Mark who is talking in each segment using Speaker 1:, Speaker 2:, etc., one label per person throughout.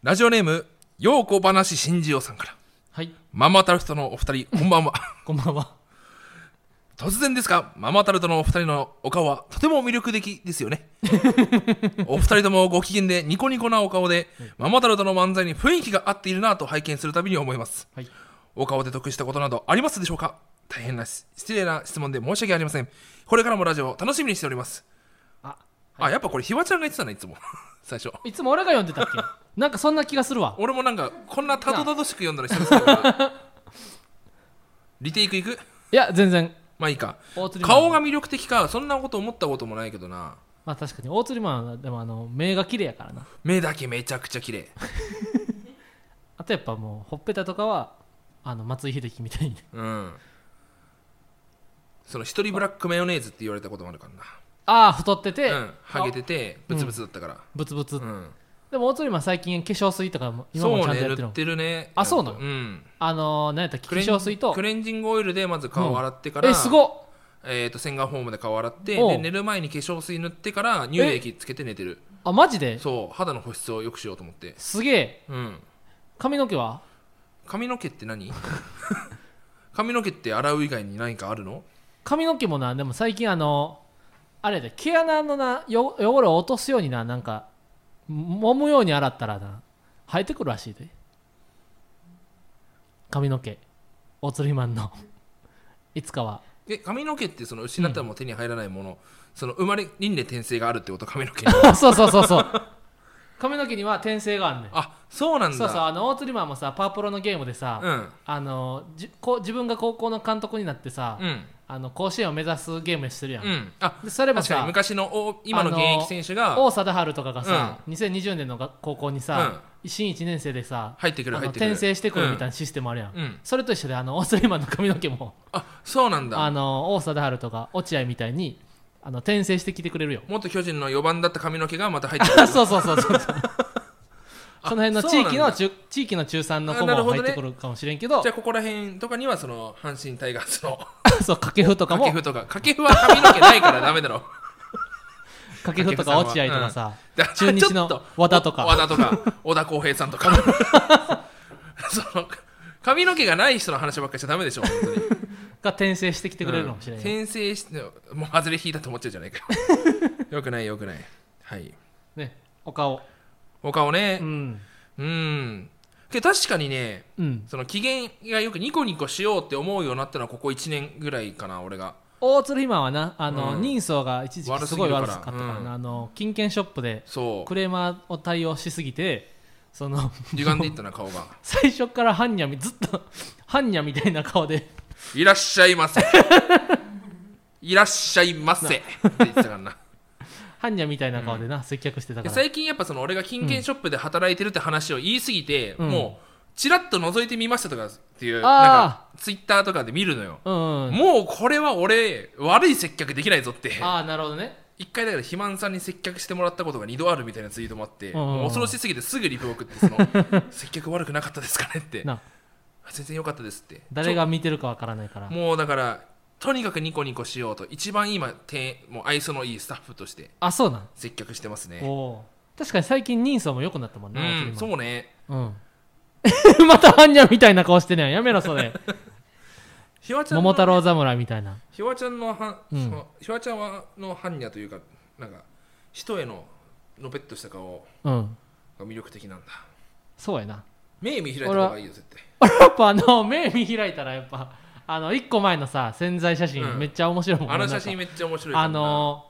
Speaker 1: ラジオネームようこ話新次郎さんから
Speaker 2: はい、
Speaker 1: ママタルトのお二人こんばんは
Speaker 2: こんばんは。
Speaker 1: 突然ですがママタルトのお二人のお顔はとても魅力的ですよねお二人ともご機嫌でニコニコなお顔でママタルトの漫才に雰囲気が合っているなと拝見するたびに思います
Speaker 2: はい、
Speaker 1: お顔で得したことなどありますでしょうか大変なし失礼な質問で申し訳ありませんこれからもラジオを楽しみにしております
Speaker 2: あ、
Speaker 1: あやっぱこれひわちゃんが言ってたねいつも 最初
Speaker 2: いつも俺が読んでたっけ。なんかそんな気がするわ。
Speaker 1: 俺もなんかこんなたどたどしく読んだりしてるんですからリテイクいく
Speaker 2: いや、全然。
Speaker 1: まあいいか
Speaker 2: 大鶴マン
Speaker 1: 顔が魅力的かそんなこと思ったこともないけどな
Speaker 2: まあ、確かに大釣りマンは、でも、あの、目が綺麗やからな。
Speaker 1: 目だけめちゃくちゃ綺麗
Speaker 2: あと、やっぱ、もう、ほっぺたとかは。あの、松井秀喜みたいに。
Speaker 1: うんその一人ブラックマヨネーズって言われたこともあるか
Speaker 2: ああ、太ってて
Speaker 1: ら。なうんハゲててブツブツだったから
Speaker 2: ブツブツ
Speaker 1: う。ん
Speaker 2: でも、大釣りマン最近化粧水とかも、今
Speaker 1: そう
Speaker 2: もちゃん
Speaker 1: ね
Speaker 2: とや
Speaker 1: 塗
Speaker 2: ってる
Speaker 1: っ
Speaker 2: の。
Speaker 1: てるね
Speaker 2: あそうなの
Speaker 1: ん
Speaker 2: あのー、なんやったっけ、
Speaker 1: ク
Speaker 2: 化
Speaker 1: レン
Speaker 2: 粧水と
Speaker 1: ク。レンジングオイルでまず顔を洗ってから、
Speaker 2: え、すごっ。
Speaker 1: えーと洗顔フォームで顔を洗って
Speaker 2: おう
Speaker 1: で寝る前に化粧水塗ってから乳液つけて寝てる
Speaker 2: あ、マジで。
Speaker 1: そう肌の保湿を良くしようと思って
Speaker 2: すげえ。
Speaker 1: うん
Speaker 2: 髪の毛は。
Speaker 1: 髪の毛って何 髪の毛って洗う以外に何かあるの
Speaker 2: 髪の毛もな、でも、最近、あのー。あれで毛穴のなよ汚れを落とすようにななんか揉むように洗ったらな生えてくるらしいで髪の毛おつりマンのいつかは
Speaker 1: え髪の毛ってその失ったらもう手に入らないもの、その生まれ輪廻転生があるってこと髪の毛 に
Speaker 2: あそうそうそうそう髪の毛には転生があんねん
Speaker 1: あそうなんだ
Speaker 2: そうそうあの大釣りマンもさパープロのゲームでさ、
Speaker 1: うん
Speaker 2: あのじこう自分が高校の監督になってさ、
Speaker 1: うん
Speaker 2: あの甲子園を目指すゲームしてるやん、
Speaker 1: うんあ
Speaker 2: でそれも
Speaker 1: 確かに
Speaker 2: さ
Speaker 1: 昔のお今の現役選手が
Speaker 2: 王貞治とかがさ、2020年のが高校にさ、新1年生でさ
Speaker 1: 入ってくる
Speaker 2: あ
Speaker 1: 入
Speaker 2: の
Speaker 1: ってくる
Speaker 2: 転生してくるみたい
Speaker 1: い
Speaker 2: なシステムあるやん、
Speaker 1: うん、うん
Speaker 2: それと一緒であのオースリーマンの髪の毛も
Speaker 1: あそうなん
Speaker 2: あ
Speaker 1: だ
Speaker 2: の王貞治とか落合みたいにあの転生してきてくれるよ
Speaker 1: 元巨人の4番だった髪の毛がまた入ってくる
Speaker 2: あ そうそうそうそうそう
Speaker 1: あ
Speaker 2: その辺の
Speaker 1: そう
Speaker 2: 地
Speaker 1: なんだ
Speaker 2: 域の中地域の中3の子
Speaker 1: あなる
Speaker 2: も
Speaker 1: ほど
Speaker 2: 入
Speaker 1: ね
Speaker 2: ってくるかもしれんけど
Speaker 1: じゃあここら辺とかにはその阪神タイガースの
Speaker 2: そう掛布とかも
Speaker 1: 掛布とか掛布は髪の毛ないからダメだろ
Speaker 2: 掛布とか落合とかさ、
Speaker 1: で
Speaker 2: 中日の
Speaker 1: ちょっ
Speaker 2: 和田とか
Speaker 1: 和田とか小田浩平さんとか その髪の毛がない人の話ばっかりしちゃダメでしょ本当に
Speaker 2: が転生してきてくれるかもしれ
Speaker 1: うん
Speaker 2: ない、
Speaker 1: 転生してもう外れ引いたと思っちゃうじゃないかよくないよくないはい
Speaker 2: ねお顔
Speaker 1: お顔ね
Speaker 2: うん
Speaker 1: うんけど確かにね
Speaker 2: うん
Speaker 1: その機嫌がよくニコニコしようって思うようになったのはここ1年ぐらいかな俺が
Speaker 2: 大鶴ひまはなあの、
Speaker 1: うん
Speaker 2: 人相が一時期すごい悪
Speaker 1: 悪
Speaker 2: か
Speaker 1: す
Speaker 2: った
Speaker 1: ぎる
Speaker 2: か
Speaker 1: から
Speaker 2: らな、
Speaker 1: うん
Speaker 2: あの金券ショップで
Speaker 1: そ
Speaker 2: ク
Speaker 1: う
Speaker 2: レーマーを対応しすぎてその
Speaker 1: 歪んでいったな顔が
Speaker 2: 最初からハンニャみずっとハンニャみたいな顔で
Speaker 1: いらっしゃいませいらっしゃいませって言ってたからな
Speaker 2: ハンニャみたいな顔でな、接客してたから
Speaker 1: 最近やっぱその俺が金券ショップで働いてるって話を言いすぎて、
Speaker 2: うん
Speaker 1: もうちらっと覗いてみましたとかっていう
Speaker 2: あー
Speaker 1: なんかツイッターとかで見るのよ、
Speaker 2: うん、うん、
Speaker 1: もうこれは俺悪い接客できないぞって
Speaker 2: ああなるほどね
Speaker 1: 一回だから肥満さんに接客してもらったことが2度あるみたいなツイートもあって、
Speaker 2: ん
Speaker 1: もう恐ろしすぎてすぐリプ送って その接客悪くなかったですかねって
Speaker 2: な
Speaker 1: 全然良かったですって
Speaker 2: 誰が見てるかわからないから
Speaker 1: ちょもうだからとにかくニコニコしようと一番今てもう愛想のいいスタッフとして
Speaker 2: あそうなん
Speaker 1: 接客してます
Speaker 2: お
Speaker 1: ね
Speaker 2: おー確かに最近人相も良くなったもん
Speaker 1: う
Speaker 2: な、大鶴
Speaker 1: ん
Speaker 2: ひ
Speaker 1: そうね
Speaker 2: まうん またハンニャみたいな顔してねやめろ それ
Speaker 1: ひわちゃんの
Speaker 2: 桃太郎侍みたいな
Speaker 1: ひわちゃんのはん、
Speaker 2: うん
Speaker 1: そのひわちゃんはの般若というかなんか人へののぺっとした顔
Speaker 2: うん
Speaker 1: が魅力的なんだ
Speaker 2: そうやな
Speaker 1: 目見開いた方がいいよ絶対
Speaker 2: やっぱあの目見開いたらやっぱあの1個前のさ宣材写真、
Speaker 1: うん
Speaker 2: めっちゃ面白いもんな
Speaker 1: あの写
Speaker 2: な
Speaker 1: 真
Speaker 2: んか
Speaker 1: めっちゃ面白いから
Speaker 2: あの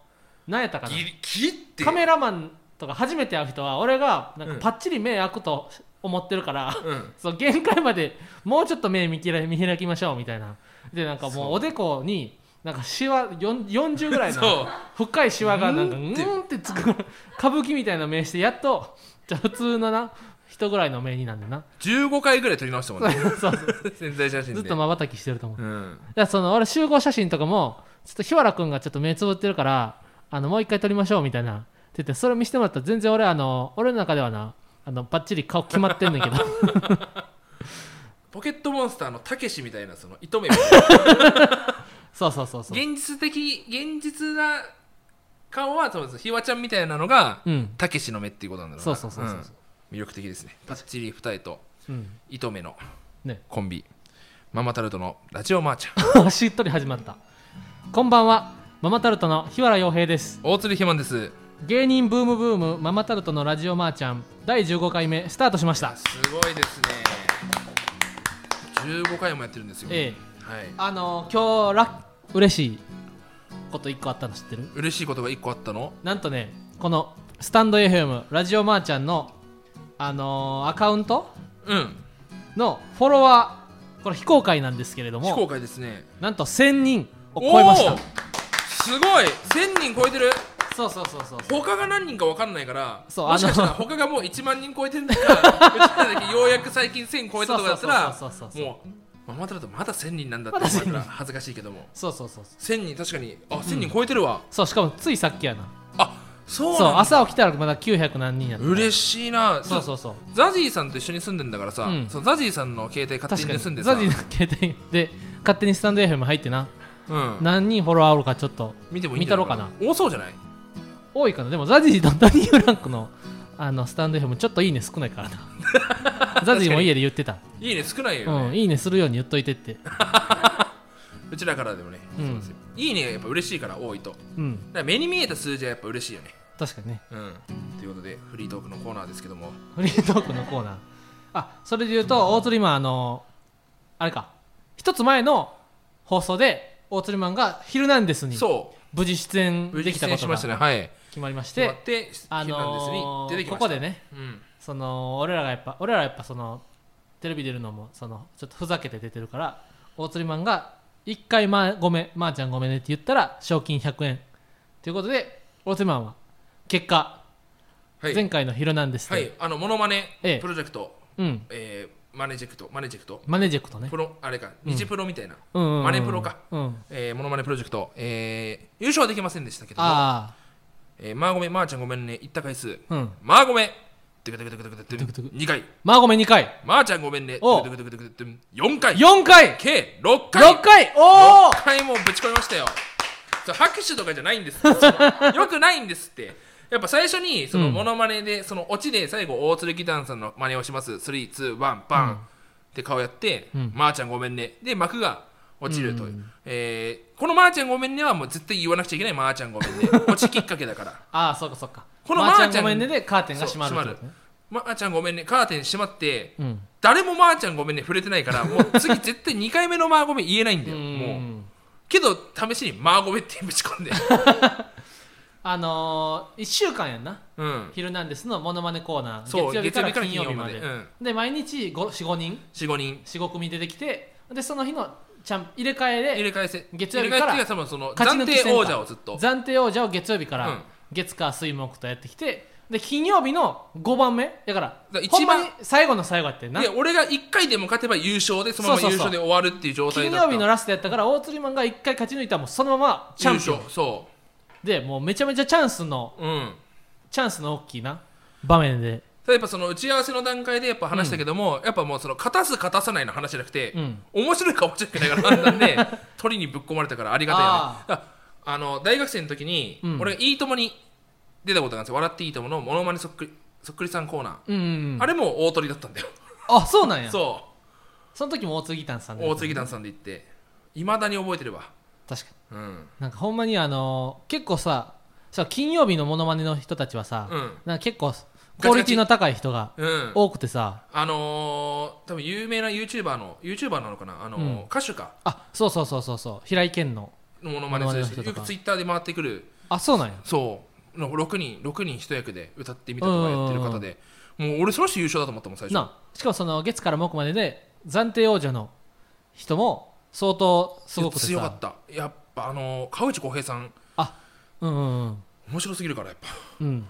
Speaker 2: ー、何やったかな
Speaker 1: ギリ切って
Speaker 2: カメラマンとか初めて会う人は俺がなんか
Speaker 1: うん
Speaker 2: パッチリ目開くと思ってるから、
Speaker 1: うん
Speaker 2: そう限界までもうちょっと目見開見開きましょうみたいなでなんかもうおでこになんかシワよん40ぐらいの
Speaker 1: そう
Speaker 2: 深いシワがなんかう
Speaker 1: うんって
Speaker 2: ーんってつく歌舞伎みたいな目してやっとじゃあ普通のな人ぐらいの目になんで な
Speaker 1: 15回ぐらい撮り直したもんね
Speaker 2: そう
Speaker 1: 潜在写真で
Speaker 2: ずっとまばたきしてると思う
Speaker 1: うん
Speaker 2: だからその俺集合写真とかもちょっと日原君がちょっと目つぶってるからあのもう一回撮りましょうみたいなって言ってそれ見せてもらったら全然俺あの俺の中ではなあのバッチリ顔決まってんねんけど
Speaker 1: ポケットモンスターのたけしみたいなその糸目みたいな
Speaker 2: そうそうそうそう
Speaker 1: 現実的現実な顔はそうですひわちゃんみたいなのが
Speaker 2: うん
Speaker 1: たけしの目っていうことなんだろうな
Speaker 2: そうそうそうそう、
Speaker 1: ん魅力的ですねパッチリ二重と
Speaker 2: うん
Speaker 1: 糸目の
Speaker 2: ね
Speaker 1: コンビママタルトのラジオマーチャン
Speaker 2: しっとり始まったこんばんはママタルトの日原洋平です
Speaker 1: 大鶴ひまんです
Speaker 2: 芸人ブームブームママタルトのラジオマーちゃん第15回目スタートしました
Speaker 1: すごいですね15回もやってるんですよ、
Speaker 2: ええ
Speaker 1: はい
Speaker 2: あの今日ラッ嬉しいこと1個あったの知ってる
Speaker 1: 嬉しいことが1個あったの
Speaker 2: なんとねこのスタンド FM ラジオマーちゃんのあのーアカウント
Speaker 1: うん
Speaker 2: のフォロワーこれ非公開なんですけれど
Speaker 1: 非公
Speaker 2: も
Speaker 1: 開ですね
Speaker 2: なんと1000人を超えまし
Speaker 1: お
Speaker 2: た
Speaker 1: ーすごい1000人超えてる
Speaker 2: そうそうそうそう
Speaker 1: 他が何人か分かんないから
Speaker 2: そう
Speaker 1: もしかしたら
Speaker 2: あの
Speaker 1: 他がもう1万人超えてるん だからうちらだけようやく最近1000超えたとかだったら
Speaker 2: そうそうそうそうそう
Speaker 1: もうママタルトまだ1000人なんだって思ったら恥ずかしいけども
Speaker 2: そうそうそうそう
Speaker 1: 1000人確かにあ1000人超えてるわ、
Speaker 2: そうしかもついさっきやな
Speaker 1: あそう
Speaker 2: そう
Speaker 1: なんだ
Speaker 2: 朝起きたらまだ900何人やった
Speaker 1: 嬉しいな
Speaker 2: そうそうそう
Speaker 1: ザジーさんと一緒に住んでんだからさ、
Speaker 2: うん
Speaker 1: そのザジーさんの携帯勝
Speaker 2: 確
Speaker 1: 手
Speaker 2: か
Speaker 1: に
Speaker 2: に
Speaker 1: 盗んで
Speaker 2: ザ
Speaker 1: さ
Speaker 2: ジの携帯 で勝手にスタンド FM 入ってな
Speaker 1: うん、
Speaker 2: 何人フォロワーおるかちょっと
Speaker 1: 見てもいいんじゃない
Speaker 2: 見
Speaker 1: 多そうじゃない
Speaker 2: 多いかなでもザジーとダニエルランクのあのスタンド FM ちょっといいね少ないからな ザジーも家で言ってた、
Speaker 1: いいね少ないよ
Speaker 2: う
Speaker 1: ね、
Speaker 2: ん、いいねするように言っといてって
Speaker 1: うちらからでもね、
Speaker 2: うん
Speaker 1: そうですよいいねがやっぱ嬉しいから多いとだか
Speaker 2: うん
Speaker 1: ら目に見えた数字はやっぱ嬉しいよね
Speaker 2: 確かにね
Speaker 1: うんということでフリートークのコーナーですけども
Speaker 2: フリートークのコーナーあそれで言うと大鳥マンあのあれか一つ前の放送で大鳥マンが「ヒルナンデス」に
Speaker 1: そ
Speaker 2: 無事出演
Speaker 1: う無
Speaker 2: で
Speaker 1: 事
Speaker 2: きた
Speaker 1: 出演
Speaker 2: こ
Speaker 1: し
Speaker 2: と
Speaker 1: ま
Speaker 2: が
Speaker 1: した
Speaker 2: 決
Speaker 1: ねはい
Speaker 2: まりまし
Speaker 1: 決ま
Speaker 2: て
Speaker 1: って「
Speaker 2: あ
Speaker 1: ヒルナンデス」
Speaker 2: の
Speaker 1: に出て
Speaker 2: ー
Speaker 1: き
Speaker 2: こ
Speaker 1: ました
Speaker 2: こでね
Speaker 1: うん
Speaker 2: その俺らがやっぱ俺らはやっぱそのテレビ出るのもそのちょっとふざけて出てるから大釣りマンが一回、まあ、ごめん、まー、ちゃんごめんねって言ったら賞金100円ということで大釣りマンは結果、
Speaker 1: はい
Speaker 2: 前回の「ヒルナンデスで」
Speaker 1: はいあのモノマネ
Speaker 2: ええ
Speaker 1: プロジェクト
Speaker 2: うん、
Speaker 1: えーマネジェクトマネジェクト
Speaker 2: マネジェクトね
Speaker 1: プロあれか日プロみたいな
Speaker 2: うんうんうん
Speaker 1: マネプロか
Speaker 2: うん
Speaker 1: えーモノマネプロジェクトえー優勝はできませんでしたけども
Speaker 2: あ
Speaker 1: えーまあごめんまーちゃんごめんね言った回数
Speaker 2: あうん
Speaker 1: まあごめんてくてくてくてくて
Speaker 2: てくてく
Speaker 1: 2回
Speaker 2: まあごめん2回
Speaker 1: まーちゃんごめんね
Speaker 2: おう
Speaker 1: てくてくてくてくて4回
Speaker 2: 4回
Speaker 1: 計6回
Speaker 2: 6回おお
Speaker 1: 6回もぶち込みましたよそれ拍手とかじゃないん ですってよくないんですってやっぱ最初にその
Speaker 2: うん
Speaker 1: モノマネでそのオチで最後大鶴ギターンさんの真似をします321バンって顔やって「
Speaker 2: うん
Speaker 1: まーちゃんごめんね」で幕が落ちるという、
Speaker 2: うん
Speaker 1: えーこの「まーちゃんごめんね」はもう絶対言わなくちゃいけない「まーちゃんごめん ね」落ちきっかけだから
Speaker 2: ああそうかそうか
Speaker 1: このまーちゃん
Speaker 2: ごめんねでカーテンが閉まる
Speaker 1: そう
Speaker 2: ってことね
Speaker 1: 「まーちゃんごめんね」カーテン閉まって
Speaker 2: うん
Speaker 1: 誰も「まーちゃんごめんね」触れてないからもう次絶対2回目の「まーごめん」言えないんだ
Speaker 2: う
Speaker 1: よもうんけど試しに「マーゴメ」ってぶち込んで
Speaker 2: あのー、1週間やんな
Speaker 1: うん
Speaker 2: 「ヒルナンデス」のモノマネコーナー
Speaker 1: そう
Speaker 2: 月曜日
Speaker 1: 月
Speaker 2: から
Speaker 1: 曜
Speaker 2: 金
Speaker 1: 日
Speaker 2: 曜
Speaker 1: から金曜
Speaker 2: 日
Speaker 1: 日
Speaker 2: ま
Speaker 1: ま
Speaker 2: で
Speaker 1: で
Speaker 2: で毎日45人
Speaker 1: 45人
Speaker 2: 45組出てきてでその日のちゃん入れ替え
Speaker 1: 入
Speaker 2: で
Speaker 1: れ替えせ
Speaker 2: 月曜日から
Speaker 1: 入れ替えっていうか多分その
Speaker 2: 勝ち抜
Speaker 1: 暫
Speaker 2: き戦
Speaker 1: 定王者をずっと
Speaker 2: 暫定王者を月曜日か
Speaker 1: うん
Speaker 2: ら月火水木とやってきてで金曜日の5番目だから
Speaker 1: ら一
Speaker 2: ほ
Speaker 1: 番
Speaker 2: んまに最後の最後やってんな
Speaker 1: で俺が1回でも勝てば優勝でそのまま
Speaker 2: そう
Speaker 1: 優
Speaker 2: そ
Speaker 1: 勝
Speaker 2: うそう
Speaker 1: で終わるっていう状態
Speaker 2: 金
Speaker 1: だった
Speaker 2: 曜日のラストやったから大釣りマンが1回勝ち抜いたらもうそのままチャンピオ
Speaker 1: 優
Speaker 2: ン
Speaker 1: 勝そ
Speaker 2: でもうめちゃめちゃチャンスの
Speaker 1: ううん
Speaker 2: チャンスの大きいな場面で
Speaker 1: ただやっぱその打ち合わせの段階でやっぱ話したけども、やっぱもうその勝たす勝たさないの話じゃなくて、
Speaker 2: うん
Speaker 1: 面白いか面白くないかの判断で 鳥にぶっ込まれたからありがたいよね
Speaker 2: あ
Speaker 1: だからあの大学生の時に、
Speaker 2: うん
Speaker 1: 俺が「いいとも!」に出たことがあるんですよ「笑っていいとも!」のモノマネそっくりそっくりさんコーナー、
Speaker 2: うんうんうん
Speaker 1: あれも大鳥だったんだよ
Speaker 2: あそうなんや
Speaker 1: そう
Speaker 2: その時も大次丹さんで
Speaker 1: 大杉団さんで行っていまだに覚えてれば
Speaker 2: 確かに
Speaker 1: うん
Speaker 2: なんかほんまにあのー結構さそう金曜日のモノマネの人たちはさ、
Speaker 1: うん
Speaker 2: なんか結構クオリティの高い人が
Speaker 1: うん
Speaker 2: 多くてさ
Speaker 1: あのー、多分有名な YouTuber の YouTuber なのかなあのー
Speaker 2: うん
Speaker 1: 歌手か
Speaker 2: あそうそうそうそうそう平井堅の
Speaker 1: のものまねする
Speaker 2: モノマネの人
Speaker 1: 人
Speaker 2: と
Speaker 1: よ
Speaker 2: か
Speaker 1: く Twitter で回ってくる
Speaker 2: あそうなんや
Speaker 1: そうの6人6人一役で歌ってみたとかやってる方でもう俺その人優勝だと思ったもん最初
Speaker 2: なしかもその月から木までで暫定王者の人も相当すごくてさ
Speaker 1: 強かったやっぱあのー、川内浩平さん
Speaker 2: うんうんうん
Speaker 1: 面白すぎるからやっぱ
Speaker 2: うん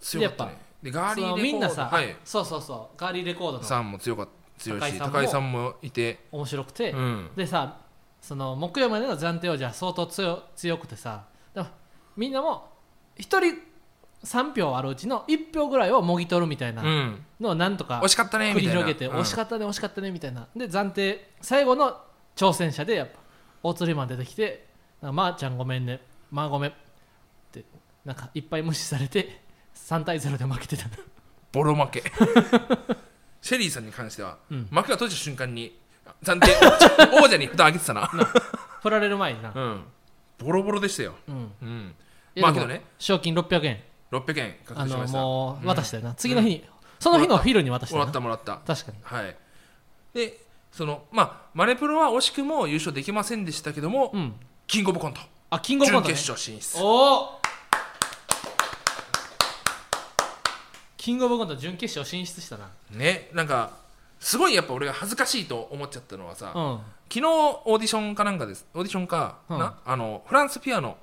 Speaker 1: 強かったねでガー
Speaker 2: そ
Speaker 1: リーレ
Speaker 2: の
Speaker 1: コード
Speaker 2: みんなさ、
Speaker 1: はい、
Speaker 2: そうそうそうガーリーレコードの
Speaker 1: さんも強かった強いし
Speaker 2: 高井さんも
Speaker 1: 高井さんもいて
Speaker 2: 面白くて、
Speaker 1: うん
Speaker 2: でさその木曜までの暫定王者は相当強強くてさでもみんなも1人3票あるうちの1票ぐらいをもぎ取るみたいうなんのをなんとか
Speaker 1: 惜しかったね
Speaker 2: 繰
Speaker 1: み
Speaker 2: り
Speaker 1: たいな
Speaker 2: 広げて、
Speaker 1: うん
Speaker 2: 惜しかったね惜しかったねみたいなで暫定最後の挑戦者でやっぱ大釣りマン出てきて「なんかまー、ちゃんごめんねまあごめん」ってなんかいっぱい無視されて3対0で負けてたな
Speaker 1: ボロ負けシェリーさんに関しては、
Speaker 2: うん
Speaker 1: 幕が閉じた瞬間に暫定王者に蓋開けてたな、
Speaker 2: 振られる前にな
Speaker 1: うん、ボロボロでしたよ、
Speaker 2: うん
Speaker 1: うん、
Speaker 2: い
Speaker 1: ま
Speaker 2: や
Speaker 1: あ
Speaker 2: で
Speaker 1: けど
Speaker 2: も
Speaker 1: ね
Speaker 2: 賞金600円
Speaker 1: 600円獲
Speaker 2: あ
Speaker 1: 得し
Speaker 2: の
Speaker 1: ました
Speaker 2: もう渡したよな、次の日にその日のフィルに渡した
Speaker 1: もら
Speaker 2: よな
Speaker 1: ったもらった
Speaker 2: 確かに
Speaker 1: はいでそのまあマネプロは惜しくも優勝できませんでしたけども、
Speaker 2: うん
Speaker 1: キングオブコント
Speaker 2: あキングオブコント、
Speaker 1: 準
Speaker 2: ね、
Speaker 1: 決勝進出
Speaker 2: おおキングオブコント準決勝進出したな
Speaker 1: ねなんかすごいやっぱ俺が恥ずかしいと思っちゃったのはさ、
Speaker 2: うんあ
Speaker 1: 昨日オーディションかなんかですオーディションかな、
Speaker 2: うん
Speaker 1: あのフランスピアノ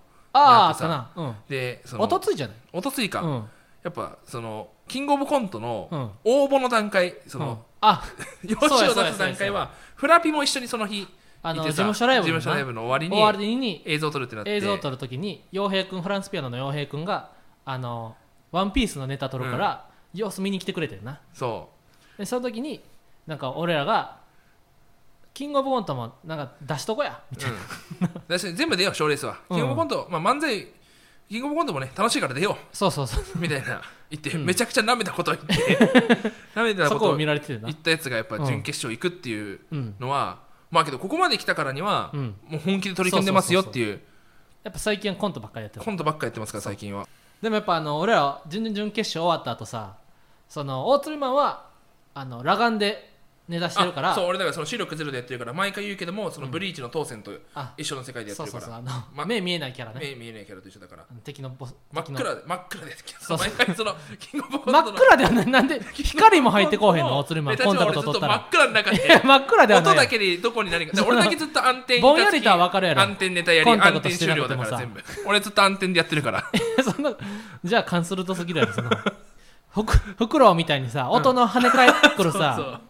Speaker 1: や
Speaker 2: ああ
Speaker 1: っ
Speaker 2: っ
Speaker 1: さ
Speaker 2: てたなうん
Speaker 1: でその
Speaker 2: おとついじゃない
Speaker 1: おとついか、
Speaker 2: うん、う
Speaker 1: や
Speaker 2: ん、
Speaker 1: っぱそのキングオブコント
Speaker 2: う
Speaker 1: の
Speaker 2: ん
Speaker 1: 応募の段階その、
Speaker 2: あ
Speaker 1: 用紙を出す段階はフラピも一緒にその日
Speaker 2: あの
Speaker 1: いて
Speaker 2: 事
Speaker 1: さ
Speaker 2: 務所ライブ
Speaker 1: 事
Speaker 2: のな
Speaker 1: 務所ライブの終わりに
Speaker 2: 終わりに
Speaker 1: 映像を撮るってなって
Speaker 2: 映像を撮るときに洋平君フランスピアノの洋平君があのワンピースのネタ撮るから、様子見に来てくれてるな
Speaker 1: そ
Speaker 2: でその時になんか俺らがキングオブコントもなんか出しとこやみ
Speaker 1: う、うん、だし全部出よう賞レースは、キングオブコント、まあ、漫才キングオブコントもね楽しいから出よ
Speaker 2: そうそうそう
Speaker 1: うみ たいな言って、
Speaker 2: うん
Speaker 1: めちゃくちゃ舐めたこと言って 舐めてた
Speaker 2: そ
Speaker 1: こ
Speaker 2: こと
Speaker 1: を
Speaker 2: を見
Speaker 1: 言
Speaker 2: られてるな
Speaker 1: ったやつがやっぱ準決勝行くっていう
Speaker 2: うん
Speaker 1: のは、まあけどここまで来たからには、
Speaker 2: うん
Speaker 1: もう本気で取り組んでますよっていう
Speaker 2: やっぱ最近はコントばっかりやってる
Speaker 1: コントばっかやってますから最近は
Speaker 2: でもやっぱあの俺ら準々準決勝終わった後さその大鶴マンはあの裸眼で寝出してるから
Speaker 1: あそう俺だからその視力ゼロでやってるから毎回言うけどもそのブリーチの当選と
Speaker 2: あ
Speaker 1: 一緒の世界でやって
Speaker 2: そう
Speaker 1: る
Speaker 2: そ
Speaker 1: か
Speaker 2: うそう
Speaker 1: ら
Speaker 2: あの、
Speaker 1: ま
Speaker 2: 目見えないキャラね
Speaker 1: 目見えないキャラと一緒だから
Speaker 2: あの敵のボス
Speaker 1: 真っ
Speaker 2: 敵の
Speaker 1: 暗で真っ暗でやってきた
Speaker 2: そうそう
Speaker 1: 毎回そのキングオブコン
Speaker 2: 真
Speaker 1: ト
Speaker 2: っ
Speaker 1: の
Speaker 2: 暗ではな いなんで光も入ってこうへんの大鶴マン
Speaker 1: 俺たち
Speaker 2: コ
Speaker 1: は俺
Speaker 2: ンタクト
Speaker 1: ずっ
Speaker 2: 取
Speaker 1: と
Speaker 2: った
Speaker 1: 真
Speaker 2: ら
Speaker 1: っ暗の中
Speaker 2: いや
Speaker 1: で
Speaker 2: 真っ暗では
Speaker 1: 音
Speaker 2: ない
Speaker 1: だけでどこに何かだから俺だけずっと暗転
Speaker 2: ぼんやりとは分かるやろ
Speaker 1: 暗転ネタやり
Speaker 2: コンタ
Speaker 1: 暗
Speaker 2: クト
Speaker 1: 転
Speaker 2: して
Speaker 1: 終
Speaker 2: なく
Speaker 1: 了
Speaker 2: て
Speaker 1: だ
Speaker 2: も
Speaker 1: か
Speaker 2: さ
Speaker 1: ら全部俺ずっと暗転でやってるから
Speaker 2: そんなじゃあカンスルトすぎるやろそんなふくフクロウみたいにさ音の跳ね返ってくるさ
Speaker 1: そう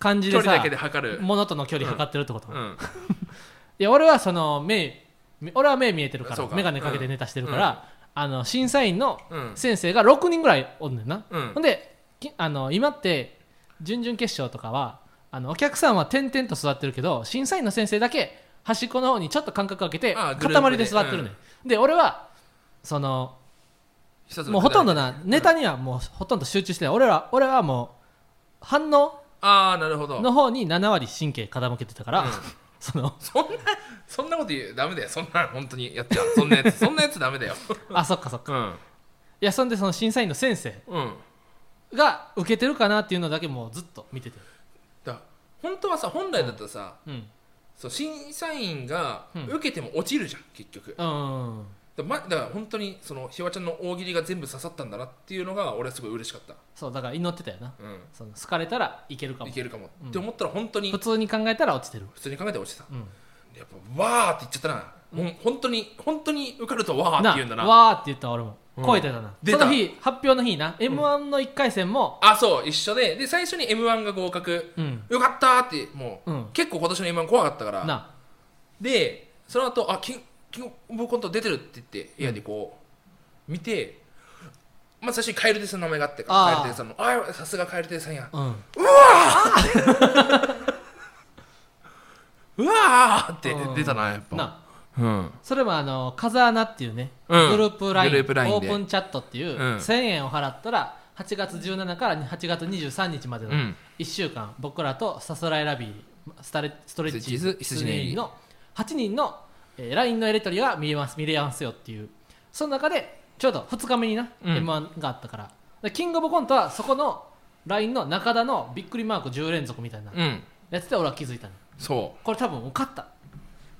Speaker 2: 感じ
Speaker 1: 距
Speaker 2: で
Speaker 1: 離だ
Speaker 2: さ
Speaker 1: けで測る
Speaker 2: 物との距離測ってるってこと、
Speaker 1: う
Speaker 2: い
Speaker 1: ん
Speaker 2: や俺はその目目俺は目見えてるか
Speaker 1: そ
Speaker 2: ら
Speaker 1: うか
Speaker 2: 眼鏡かけてネタしてるから、あの審査員の
Speaker 1: うん
Speaker 2: 先生が6人ぐらいおんねんな、
Speaker 1: うん
Speaker 2: ほんできあの今って準々決勝とかはあのお客さんは点々と座ってるけど審査員の先生だけ端っこの方にちょっと間隔空けて
Speaker 1: ああグループで
Speaker 2: 塊で座ってるねんで俺はその
Speaker 1: 一つの
Speaker 2: もうほとんどなネタにはもうほとんど集中してない俺ら俺はもう反応
Speaker 1: ああなるほど
Speaker 2: の方に7割神経傾けてたから、
Speaker 1: うん
Speaker 2: その
Speaker 1: そんなそんなこと言うダメだよそんな本当にやっちゃうそんなやつそんなやつダメだよ
Speaker 2: あそっかそっか
Speaker 1: うん
Speaker 2: いやそんでその審査員の先生
Speaker 1: うん
Speaker 2: が受けてるかなっていうのだけもうずっと見てて
Speaker 1: だ本当はさ本来だったらさ、
Speaker 2: うん
Speaker 1: そう審査員が
Speaker 2: うん
Speaker 1: 受けても落ちるじゃん、結局
Speaker 2: うん
Speaker 1: だ,、ま、だから本当にそのひわちゃんの大喜利が全部刺さったんだなっていうのが俺はすごい嬉しかった、
Speaker 2: そうだから祈ってたよな
Speaker 1: う
Speaker 2: その好かれたらいけるか
Speaker 1: ん、
Speaker 2: も
Speaker 1: いけるかも、
Speaker 2: うん
Speaker 1: って思ったら本当に
Speaker 2: 普通に考えたら落ちてる
Speaker 1: 普通に考えて落ちてた
Speaker 2: うん
Speaker 1: やっぱわーって言っちゃったな、もう本当に本当に受かるとわーって言うんだな
Speaker 2: わーって言った俺も
Speaker 1: うん
Speaker 2: 超えてたな
Speaker 1: 出
Speaker 2: そ
Speaker 1: た
Speaker 2: の日発表の日な m 1の1回戦も
Speaker 1: あそう一緒でで最初に m 1が合格
Speaker 2: うん
Speaker 1: よかったーってもう、
Speaker 2: うん
Speaker 1: 結構今年の m 1怖かったから
Speaker 2: な
Speaker 1: でその後あキンキングオブコント出てるって言って部屋でこう、見てまず最初にカエルテさんの名前があって
Speaker 2: あー
Speaker 1: カエルテさんのあさすがカエルテさんや
Speaker 2: うん
Speaker 1: うわーって
Speaker 2: うん
Speaker 1: 出たなやっぱ
Speaker 2: な
Speaker 1: うん
Speaker 2: それもあの風穴っていうねグ
Speaker 1: うん
Speaker 2: ループライン
Speaker 1: グループ LINE
Speaker 2: オ
Speaker 1: で
Speaker 2: ープンチャットっていう
Speaker 1: うん
Speaker 2: 1000円を払ったら8月17から8月23日までの
Speaker 1: うん
Speaker 2: 1週間僕らとさすらいラビースタレストレッチーズ
Speaker 1: 羊ネイリ
Speaker 2: 羊の8人の、えー、LINE のやり取りが見れます見れますよっていうその中でちょうど2日目にな、
Speaker 1: うん
Speaker 2: m 1があったからでキングオブコントはそこの LINE の中田のびっくりマーク10連続みたいな
Speaker 1: うん
Speaker 2: やつで俺は気づいたの
Speaker 1: そう
Speaker 2: これ多分受かった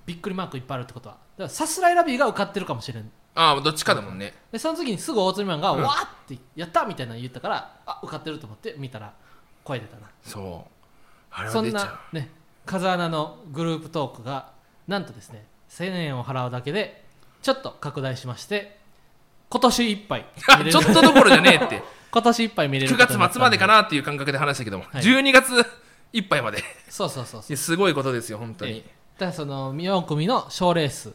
Speaker 2: びっくりマークいっぱいあるってことはだからさすらいラビーが受かってるかもしれん
Speaker 1: ああどっちかだもんね
Speaker 2: でその時にすぐ大鶴マンが「
Speaker 1: うん
Speaker 2: わーって「やった!」みたいなの言ったからあ受かってると思って見たら声出たな
Speaker 1: そうあれ
Speaker 2: そ
Speaker 1: は出
Speaker 2: ん
Speaker 1: ち
Speaker 2: な
Speaker 1: ゃ
Speaker 2: ね風穴のグループトークがなんとですね1000円を払うだけでちょっと拡大しまして今年いっぱいう見
Speaker 1: あ
Speaker 2: れ
Speaker 1: ちょっ
Speaker 2: る
Speaker 1: とどころじゃねえって
Speaker 2: 今年いっぱい見れる
Speaker 1: 9月末までか
Speaker 2: な
Speaker 1: なっていう感覚で話したけども、
Speaker 2: はい
Speaker 1: 12月いっぱいまで
Speaker 2: そうそうそうそう
Speaker 1: すごいことですよ本当
Speaker 2: え
Speaker 1: に
Speaker 2: えだからその4組の賞レースと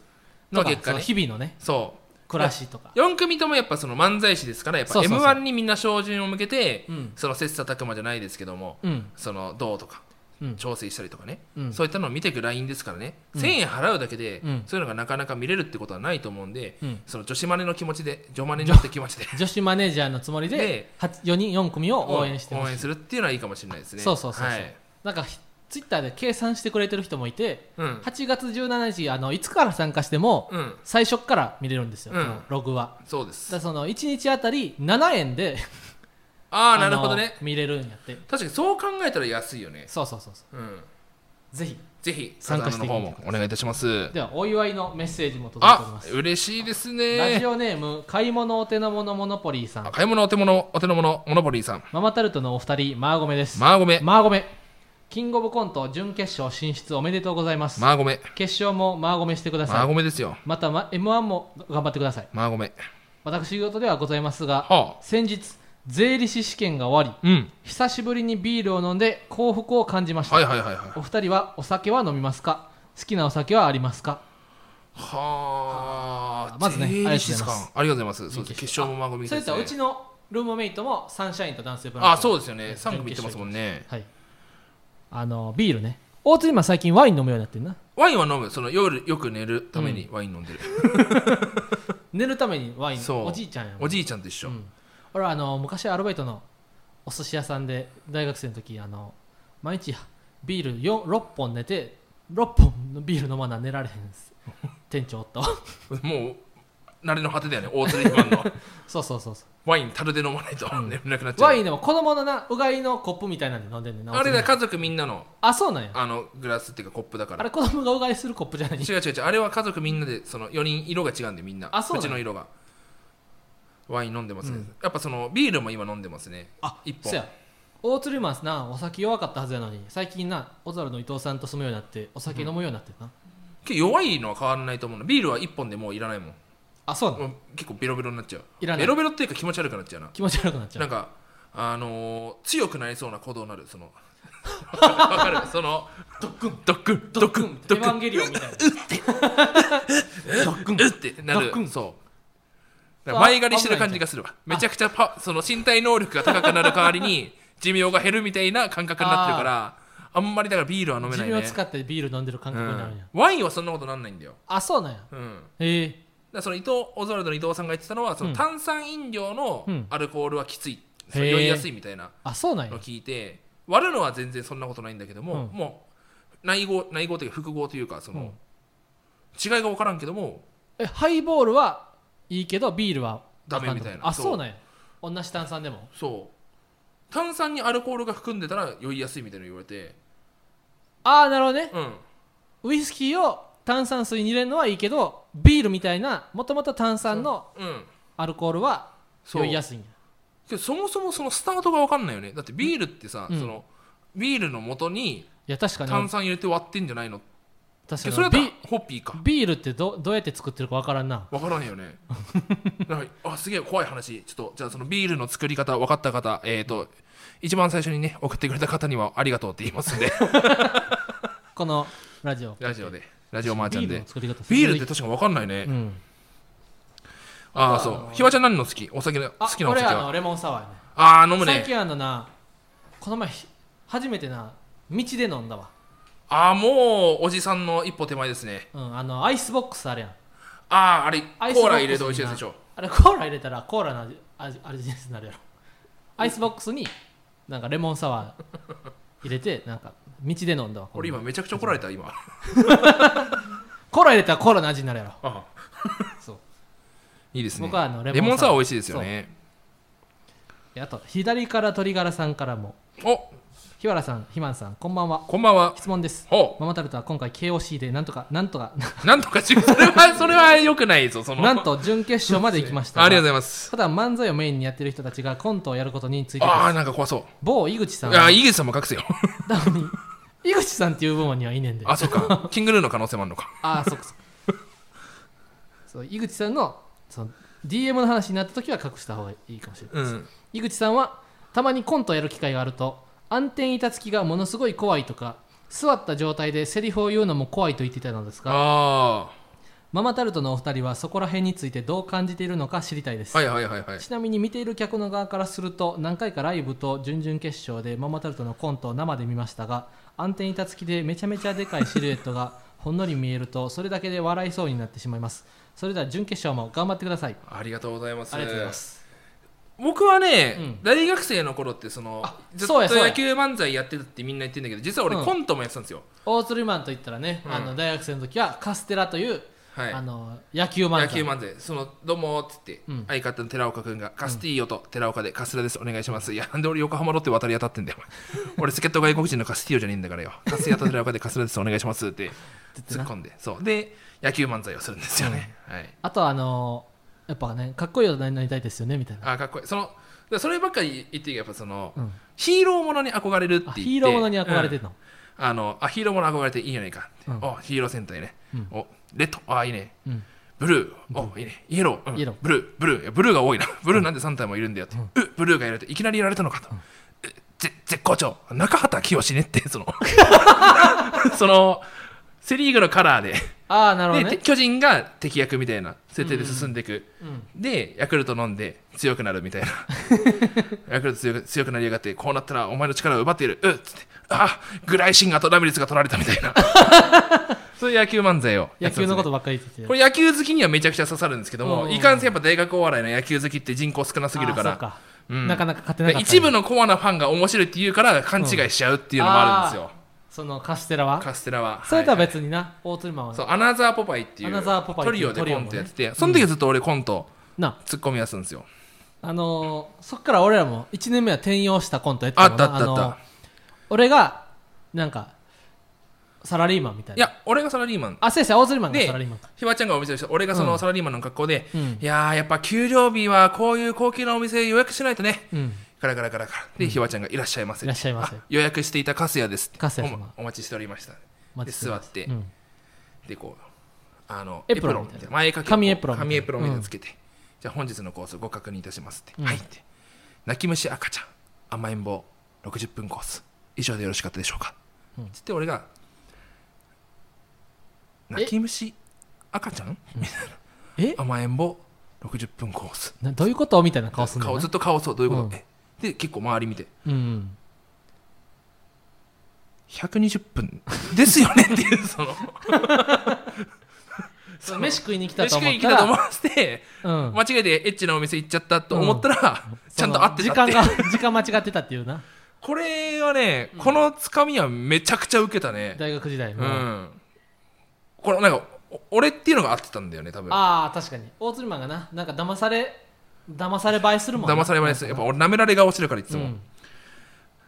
Speaker 1: の
Speaker 2: か
Speaker 1: 結果
Speaker 2: その
Speaker 1: ね
Speaker 2: 日々のね
Speaker 1: そう
Speaker 2: 暮らしとか
Speaker 1: 4組ともやっぱその漫才師ですからやっぱ
Speaker 2: そう
Speaker 1: m
Speaker 2: そうそう
Speaker 1: 1にみんな照準を向けて
Speaker 2: うん
Speaker 1: その切磋琢磨じゃないですけども
Speaker 2: うん
Speaker 1: そのどうとか
Speaker 2: うん
Speaker 1: 調整したりとかね、
Speaker 2: うん
Speaker 1: そういったのを見ていくラインですからね、
Speaker 2: うん
Speaker 1: 1000円払うだけで、
Speaker 2: うん
Speaker 1: そういうのがなかなか見れるってことはないと思うんで、
Speaker 2: うん
Speaker 1: その女子マネの気持ちで女マネになって気持ちで
Speaker 2: 女子マネージャーのつもりで
Speaker 1: で
Speaker 2: 4人4組を 応援してほ
Speaker 1: 応
Speaker 2: しい
Speaker 1: 援するっていうのはいいかもしれないですね
Speaker 2: そうそうそうそう、
Speaker 1: はい
Speaker 2: なんかツイッターで計算してくれてる人もいて、
Speaker 1: うん
Speaker 2: 8月17日あのいつから参加しても、
Speaker 1: うん
Speaker 2: 最初っから見れるんですよ、
Speaker 1: うん
Speaker 2: ログは
Speaker 1: そうで
Speaker 2: だ
Speaker 1: す
Speaker 2: から
Speaker 1: あ
Speaker 2: その1日あたり7円で
Speaker 1: あー
Speaker 2: の
Speaker 1: なるほどね
Speaker 2: 見れるんやって
Speaker 1: 確かにそう考えたら安いよね
Speaker 2: そうそうそうそ
Speaker 1: うん
Speaker 2: うぜひ
Speaker 1: ぜひ
Speaker 2: 参加して
Speaker 1: の
Speaker 2: みてくだ
Speaker 1: 方
Speaker 2: さい
Speaker 1: もお願いいたします
Speaker 2: ではお祝いのメッセージも届いており
Speaker 1: あ
Speaker 2: ます
Speaker 1: 嬉しいです
Speaker 2: ラジ
Speaker 1: ね
Speaker 2: オネーム買い物お手の物モノポリーさん
Speaker 1: あ買い物お手物お手の物モノポリーさん
Speaker 2: ママタルトのお二人マーゴメです
Speaker 1: マーゴメ
Speaker 2: マーゴメキングオブコント準決勝進出おめでとうございます、
Speaker 1: マーゴメ
Speaker 2: 決勝もマーゴメしてくだ
Speaker 1: マ
Speaker 2: さい
Speaker 1: ーゴメですよ
Speaker 2: また、ま、m 1も頑張ってください
Speaker 1: マーゴメ
Speaker 2: 私事ではございますが、
Speaker 1: は
Speaker 2: 先日税理士試験が終わ
Speaker 1: あうん
Speaker 2: り久しぶりにビールを飲んで幸福を感じました、
Speaker 1: はいはいはいはい
Speaker 2: お二人はお酒は飲みますか好きなお酒はありますか
Speaker 1: はあ
Speaker 2: まずね
Speaker 1: 税理士ですかありがとうございます
Speaker 2: 準
Speaker 1: そうです
Speaker 2: 決
Speaker 1: 決勝もマーゴメ
Speaker 2: それ
Speaker 1: です
Speaker 2: と
Speaker 1: ね
Speaker 2: うちのルームメイトもサンシャインと男性ブランド
Speaker 1: あそうですよね3組いってますもんね
Speaker 2: はいあのビールね大津今最近ワイン飲むようになってるな
Speaker 1: ワインは飲むその夜よく寝るためにワイン飲んでる、
Speaker 2: 寝るためにワイン
Speaker 1: そう
Speaker 2: おじいちゃんやもん
Speaker 1: おじいちゃんと一緒、
Speaker 2: うん俺はあの昔アルバイトのお寿司屋さんで大学生の時あの毎日ビールよ6本寝て6本のビール飲まな寝られへんです店長お ったわ
Speaker 1: もう慣れの果てだよね大鶴ひまんの
Speaker 2: そうそうそうそ
Speaker 1: ワイン樽で飲まないと眠れなくなっ
Speaker 2: う
Speaker 1: ちゃう、
Speaker 2: ワインでも子供のなうがいのコップみたいなんで飲んでんねんな
Speaker 1: あれだ
Speaker 2: お酒
Speaker 1: 家族みんなの
Speaker 2: あそうなんや
Speaker 1: あのグラスっていうかコップだか
Speaker 2: あれ
Speaker 1: ら
Speaker 2: 子供がうがいするコップじゃない
Speaker 1: 違う違う違うあれは家族みんなでその4人色が違うんでみんな
Speaker 2: あそうなの
Speaker 1: ちの色がワイン飲んでますね、
Speaker 2: うん
Speaker 1: やっぱそのビールも今飲んでますね
Speaker 2: あ
Speaker 1: 一本
Speaker 2: そうや大鶴マンスなお酒弱かったはずやのに最近な小猿の伊藤さんと住むようになってお酒飲むようになってな、
Speaker 1: 結構弱いのは変わらないと思うのビールは1本でもういらないもん
Speaker 2: あそうなの
Speaker 1: もう結構ベロベロになっちゃう
Speaker 2: いらな
Speaker 1: ベ
Speaker 2: い
Speaker 1: ロベロっていうか気持ち悪くなっちゃうな
Speaker 2: 気持ち悪くなっちゃ
Speaker 1: な
Speaker 2: うん
Speaker 1: かあのー強くなりそうな行動になる そのわかるそのドックンドックンドックン
Speaker 2: エヴァンゲリオンみたいな
Speaker 1: ドックンうってな
Speaker 2: ドックン
Speaker 1: るそうだから前借りしてる感じがするわめちゃくちゃパその身体能力が高くなる代わりに寿命が減るみたいな感覚になってるからあんまりだからビールは 飲め
Speaker 2: 自
Speaker 1: ない
Speaker 2: 分を
Speaker 1: ね
Speaker 2: 使ってビール飲んでる感覚になるんや、
Speaker 1: うんワインはそんなことなんないんだよ
Speaker 2: あそうなんや
Speaker 1: うん
Speaker 2: ええ
Speaker 1: だからその伊藤オズワルドの伊藤さんが言ってたのはその炭酸飲料の
Speaker 2: うん
Speaker 1: アルコールはきつい、
Speaker 2: へー
Speaker 1: 酔いやすいみたいな
Speaker 2: あそうなんや
Speaker 1: のを聞いて割るのは全然そんなことないんだけども、
Speaker 2: うん
Speaker 1: もう内合内合というか複合というかその、
Speaker 2: うん
Speaker 1: 違いが分からんけども
Speaker 2: えハイボールはいいけどビールは
Speaker 1: ダメみたいな
Speaker 2: あ
Speaker 1: そう
Speaker 2: そうなんや同じ炭酸でも
Speaker 1: そう炭酸にアルコールが含んでたら酔いやすいみたいなの言われて
Speaker 2: ああなるほどね
Speaker 1: うん
Speaker 2: ウイスキーを炭酸水に入れるのはいいけどビールみたいなもともと炭酸の
Speaker 1: うん
Speaker 2: アルコールは
Speaker 1: そう
Speaker 2: 酔いやすいんや
Speaker 1: けどそもそもそのスタートが分かんないよねだってビールってさ、
Speaker 2: うん
Speaker 1: そのビールの元に
Speaker 2: いや確かに
Speaker 1: 炭酸入れて割ってんじゃないの、
Speaker 2: 確
Speaker 1: け
Speaker 2: か
Speaker 1: どそれだっ
Speaker 2: にビ
Speaker 1: たらホッピーか
Speaker 2: ビールってどどうやって作ってるかわからんな
Speaker 1: 分からんよ ねなんかあすげえ怖い話ちょっとじゃあそのビールの作り方分かった方えっ、ー、と一番最初にね送ってくれた方にはありがとうって言いますん で
Speaker 2: このラジオ
Speaker 1: ラジオでラジオマーちゃん
Speaker 2: ビール
Speaker 1: で
Speaker 2: の作り方
Speaker 1: ビールって確か分かんないね、
Speaker 2: うん
Speaker 1: ああ
Speaker 2: あとはあ
Speaker 1: そ
Speaker 2: の
Speaker 1: うひわちゃん何の好きお酒の好
Speaker 2: あ
Speaker 1: きなお
Speaker 2: これ
Speaker 1: 酒
Speaker 2: あ
Speaker 1: は
Speaker 2: のレモンサワーやね
Speaker 1: ああー飲む
Speaker 2: 最
Speaker 1: ね
Speaker 2: 近あのなこの前ひ初めてな道で飲んだわ
Speaker 1: ああもうおじさんの一歩手前ですね
Speaker 2: うんあのアイスボックスあるやん
Speaker 1: あああれ
Speaker 2: アイス
Speaker 1: コ
Speaker 2: ボックス
Speaker 1: ーラ入れて美味しいやつでしょ
Speaker 2: あれコーラ入れたらコーラの味味味ですになるやろアイスボックスになんかレモンサワー入れてなんか道で飲んだわ
Speaker 1: 俺今めちゃくちゃ怒られた今あ
Speaker 2: コーラ入れたらコーラの味になるやろ
Speaker 1: あ
Speaker 2: そう
Speaker 1: いいですね
Speaker 2: 僕はあのレ
Speaker 1: レモ
Speaker 2: モ
Speaker 1: ン
Speaker 2: ン
Speaker 1: サ
Speaker 2: サ
Speaker 1: ワ
Speaker 2: ワ
Speaker 1: ー美
Speaker 2: ー
Speaker 1: 味しいですよね
Speaker 2: であと左から鳥柄さんからも
Speaker 1: お
Speaker 2: 日原さんひまんさんこんばんは
Speaker 1: こんばんは
Speaker 2: 質問です
Speaker 1: ほ
Speaker 2: ママタルトは今回 KOC でなんとかなんとか
Speaker 1: う なんとか中それはそれは良くないぞその
Speaker 2: なんと準決勝まで行きました
Speaker 1: ありがとうございま
Speaker 2: う
Speaker 1: す
Speaker 2: 普段漫才をメインにやってる人たちがコントをやることについてです
Speaker 1: ああなんか怖そ
Speaker 2: 某井口さ
Speaker 1: うんいや
Speaker 2: は
Speaker 1: 井口さんも隠 せよ
Speaker 2: なのに井口さんっていう部門にはいいねんで
Speaker 1: あそっかキングルーの可能性もあるのか
Speaker 2: ああそっかそっかそう井口さんのその DM の話になった時は隠した方がいいかもしれない、
Speaker 1: うん
Speaker 2: 井口さんはたまにコントをやる機会があると暗転板つきがものすごい怖いとか座った状態でセリフを言うのも怖いと言っていたのですが
Speaker 1: あ
Speaker 2: ママタルトのお二人はそこら辺についてどう感じているのか知りたいです、
Speaker 1: はいはいはいはい
Speaker 2: ちなみに見ている客の側からすると何回かライブと準々決勝でママタルトのコントを生で見ましたが暗転板付きでめちゃめちゃでかいシルエットが ほんのり見えるとそれだけで笑いそうになってしまいますそれでは準決勝も頑張ってください
Speaker 1: ありがとうございます
Speaker 2: ありがとうございます
Speaker 1: 僕はね、
Speaker 2: うん
Speaker 1: 大学生の頃ってその
Speaker 2: あ
Speaker 1: ずっ
Speaker 2: そう
Speaker 1: と
Speaker 2: やそうや
Speaker 1: 野球漫才やってたってみんな言ってんだけど実は俺
Speaker 2: うん
Speaker 1: コントもやってたんですよ、
Speaker 2: 大鶴マンといったらね、
Speaker 1: うん
Speaker 2: あの大学生の時はカステラという、
Speaker 1: はい
Speaker 2: あの野球漫
Speaker 1: 野
Speaker 2: 才
Speaker 1: 球漫才そのどうもーっつって、
Speaker 2: うん
Speaker 1: 相方の寺岡君がカスティーヨと寺岡でカステラですお願いしますいやなんで俺横浜ロッテ渡り当たってんだよお前俺助っ人外国人のカスティーヨじゃねえんだからよ カスティーヨと寺岡でカステラですお願いしますって
Speaker 2: て
Speaker 1: 突
Speaker 2: な
Speaker 1: っ込んでそうで野球漫才をするんですよね、はい
Speaker 2: あとはあのやっぱねかっこいい大人になりたいですよねみたいな、
Speaker 1: あーかっこいいそのだからそればっかり言っていいけどやっぱその、
Speaker 2: うん、
Speaker 1: ヒーローものに憧れるって言
Speaker 2: あ
Speaker 1: って
Speaker 2: ヒーローものに憧れて
Speaker 1: うん
Speaker 2: るの、
Speaker 1: あのあヒーローもの憧れていいじゃないかって、
Speaker 2: うん
Speaker 1: おヒーロー戦隊ね、
Speaker 2: うん
Speaker 1: おレッドあいいね
Speaker 2: うん
Speaker 1: ブルー、おいいね、イエロー、うん
Speaker 2: イエロー
Speaker 1: ブルー、ブルー、いやブルーが多いな、ブルーなんで3体もいるんだよって、うブルーがやるといきなりやられたのかと、えぜ絶好調、中畑清ねって、 その、その、セ・リーグのカラーで、
Speaker 2: ああなるほど
Speaker 1: で
Speaker 2: ね、
Speaker 1: 巨人が敵役みたいな設定で進んでいく、
Speaker 2: うん、
Speaker 1: で、ヤクルト飲んで強くなるみたい な、ヤクルト強く強くなりやがって、こうなったらお前の力を奪っている、うっつって、あグライシンガーとラミリスが取られたみたい な、そういう野球漫才をやって
Speaker 2: 野
Speaker 1: ますね、
Speaker 2: 球のことばっかり言ってて
Speaker 1: これ野球好きにはめちゃくちゃ刺さるんですけど
Speaker 2: う
Speaker 1: も
Speaker 2: ん
Speaker 1: いかんせんやっぱ大学お笑いの野球好きって人口少なすぎるから
Speaker 2: あーそうか
Speaker 1: うん
Speaker 2: なかなか勝てなかった
Speaker 1: 一部のコアなファンが面白いって言うから勘違いしちゃうっていうのもあるんですよ、
Speaker 2: そのカステラは
Speaker 1: カステラは
Speaker 2: それとは
Speaker 1: はい
Speaker 2: 別にな大鶴マンは
Speaker 1: そうアナザーポパイっていう
Speaker 2: アナザーポパイ
Speaker 1: ト
Speaker 2: ってい
Speaker 1: リ
Speaker 2: う
Speaker 1: オでコントやってて、
Speaker 2: トリオもね
Speaker 1: その時はずっと俺コント
Speaker 2: な
Speaker 1: ツッコミやってたんですよ、
Speaker 2: あのーそっから俺らも1年目は転用したコントやって
Speaker 1: あ
Speaker 2: た
Speaker 1: っ
Speaker 2: もん
Speaker 1: た
Speaker 2: な
Speaker 1: あったあった、
Speaker 2: のー俺がなんかサラリーマンみたい
Speaker 1: い
Speaker 2: な
Speaker 1: や俺がサラリーマン
Speaker 2: あ先生大鶴マンが
Speaker 1: で
Speaker 2: サラリーマンか
Speaker 1: ひばちゃんがお店をして俺がそうの
Speaker 2: ん
Speaker 1: サラリーマンの格好で、
Speaker 2: う
Speaker 1: い
Speaker 2: ん
Speaker 1: やーやっぱ給料日はこういう高級なお店予約しないとね
Speaker 2: うん
Speaker 1: カラカラカラカラで、ひばちゃんがいらっしゃいませ
Speaker 2: いらっしゃいませ
Speaker 1: あ予約していたカスヤです
Speaker 2: カスヤ様
Speaker 1: おまお待ちしておりました
Speaker 2: お待
Speaker 1: で
Speaker 2: ちしてお
Speaker 1: 座
Speaker 2: り
Speaker 1: っ
Speaker 2: ます
Speaker 1: て、
Speaker 2: うん
Speaker 1: でこうあのエ
Speaker 2: エ
Speaker 1: プ
Speaker 2: プロン
Speaker 1: ロンみたいな前掛け
Speaker 2: 紙エプロンみたいな
Speaker 1: 紙エプロンみたいなのつけて、じゃあ本日のコースご確認いたしますって、
Speaker 2: うん
Speaker 1: はいって泣き虫赤ちゃん甘えん坊60分コース以上でよろしかったでしょうか、
Speaker 2: うん
Speaker 1: つって俺が泣き虫赤ちゃんみたい
Speaker 2: え
Speaker 1: な甘えん坊60分コース
Speaker 2: などういうことみたいな顔すんだよ
Speaker 1: 顔
Speaker 2: な
Speaker 1: ずっと顔そうどういうこと、
Speaker 2: うん
Speaker 1: えで結構周り見て
Speaker 2: うん
Speaker 1: 120分ですよねっていうそ の
Speaker 2: そう飯食いに来た
Speaker 1: 飯
Speaker 2: と
Speaker 1: 食
Speaker 2: 思
Speaker 1: いに
Speaker 2: っ
Speaker 1: 来
Speaker 2: た
Speaker 1: たと思
Speaker 2: ら
Speaker 1: わせて
Speaker 2: うん
Speaker 1: 間違えてエッチなお店行っちゃったと思ったら、ちゃんと会って
Speaker 2: 時
Speaker 1: たっ
Speaker 2: 間
Speaker 1: て
Speaker 2: が時間間違ってたっていうな
Speaker 1: これはね、このつかみはめちゃくちゃウケたね
Speaker 2: 大学時代
Speaker 1: うん、
Speaker 2: のあ
Speaker 1: これなんかお俺っていうのが合ってたんだよね多分
Speaker 2: あー確かに大鶴マンがななんか騙され騙され映えするもんな
Speaker 1: 騙されまですやっぱ俺舐められ顔してるからいつも、
Speaker 2: う
Speaker 1: だ
Speaker 2: ん
Speaker 1: か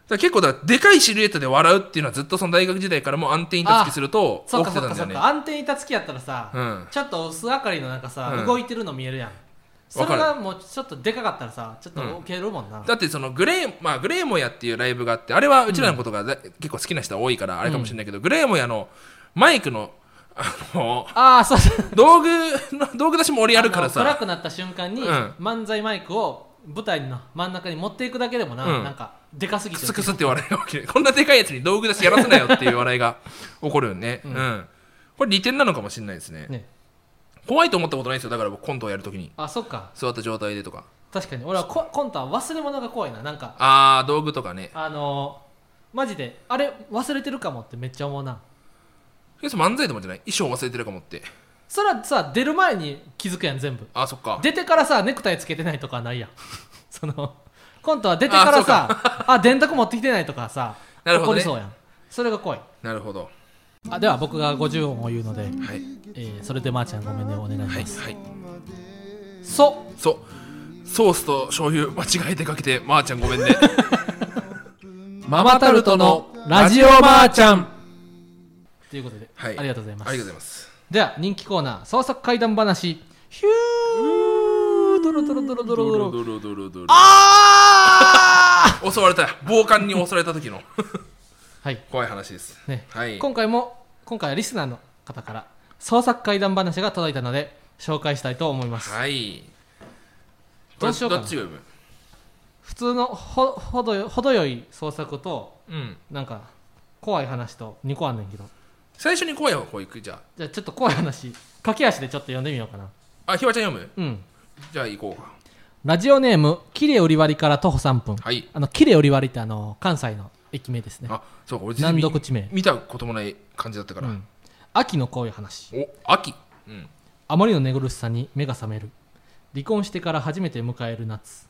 Speaker 1: ら結構だからでかいシルエットで笑うっていうのはずっとその大学時代からも安定板付きすると起
Speaker 2: そ
Speaker 1: き
Speaker 2: っか
Speaker 1: て
Speaker 2: そっ
Speaker 1: んだ
Speaker 2: たかそ
Speaker 1: よ
Speaker 2: っ
Speaker 1: ね
Speaker 2: か暗転板付きやったらさ、
Speaker 1: うん
Speaker 2: ちょっと薄明かりのなんかさ、
Speaker 1: うん
Speaker 2: 動いてるの見えるやんそれがもうちょっとでかかったらさちょっと受けるもんな、
Speaker 1: だってそのグレー、まあ、グレーモヤっていうライブがあってあれはうちらのことがだ、結構好きな人は多いからあれかもしれないけど、グレーモヤのマイクのあの
Speaker 2: ああそうそう
Speaker 1: 道具の道具出しも俺やるから
Speaker 2: あの暗
Speaker 1: さ
Speaker 2: くなった瞬間に、
Speaker 1: うん
Speaker 2: 漫才マイクを舞台の真ん中に持っていくだけでもな、
Speaker 1: うん
Speaker 2: なんかでかすぎ
Speaker 1: ク
Speaker 2: て
Speaker 1: スクスって笑いが起きるこんなでかいやつに道具出しやらせなよっていう笑いが起こるよね、うんこれ利点なのかもしれないですね
Speaker 2: ね
Speaker 1: 怖いと思ったことないですよだから僕コントをやるときに
Speaker 2: あそっか
Speaker 1: 座った状態でとか
Speaker 2: 確かに俺はココントは忘れ物が怖いななんか
Speaker 1: あー道具とかね
Speaker 2: あのー、マジであれ忘れてるかもってめっちゃ思うな
Speaker 1: 要するに漫才ともじゃない衣装忘れてるかもって
Speaker 2: それはさ出る前に気づくやん全部
Speaker 1: あーそっか
Speaker 2: 出てからさネクタイつけてないとかはないやん そのコントは出てからさあ電卓持ってきてないとかさ
Speaker 1: なるほどね
Speaker 2: 怒りそうやんそれが怖い
Speaker 1: なるほど
Speaker 2: あでは僕が50音を言うので、
Speaker 1: はい
Speaker 2: えーそれでまーちゃんごめんねお願いし
Speaker 1: はい
Speaker 2: ます、
Speaker 1: はい
Speaker 2: そ
Speaker 1: そうソースと醤油間違えてかけてまー、ちゃんごめんね
Speaker 2: マ
Speaker 1: マタルトのラジオまーちゃ
Speaker 2: んということで、ありがとうございます
Speaker 1: ありがとうございます
Speaker 2: では人気コーナー創作怪談話ヒュードロドロドロドロドロ
Speaker 1: ドロドロドロ
Speaker 2: あ
Speaker 1: 襲われた暴漢に襲われた時の
Speaker 2: ーはい
Speaker 1: 怖い話です
Speaker 2: ね
Speaker 1: はい
Speaker 2: 今回も今回はリスナーの方から創作怪談話が届いたので紹介したいと思います
Speaker 1: はい
Speaker 2: どうしようかな
Speaker 1: どっちが読む
Speaker 2: 普通のほほどよ程よい創作と
Speaker 1: うん
Speaker 2: なんか怖い話と2個あんねんけど
Speaker 1: 最初に怖い方行くじゃ
Speaker 2: じゃあちょっと怖い話駆け足でちょっと読んでみようかな
Speaker 1: ああひわちゃん読む
Speaker 2: うん
Speaker 1: じゃあ行こうか
Speaker 2: ラジオネームキレ売り割りから徒歩3分
Speaker 1: はい
Speaker 2: あのキレ売り割りってあの関西の駅名ですね
Speaker 1: あそうか俺全
Speaker 2: 難
Speaker 1: 然
Speaker 2: 読地名、
Speaker 1: 見たこともない感じだったか
Speaker 2: う
Speaker 1: ら、
Speaker 2: ん、秋のこういう話
Speaker 1: お秋 うん
Speaker 2: あまりの寝苦しさに目が覚める離婚してから初めて迎える夏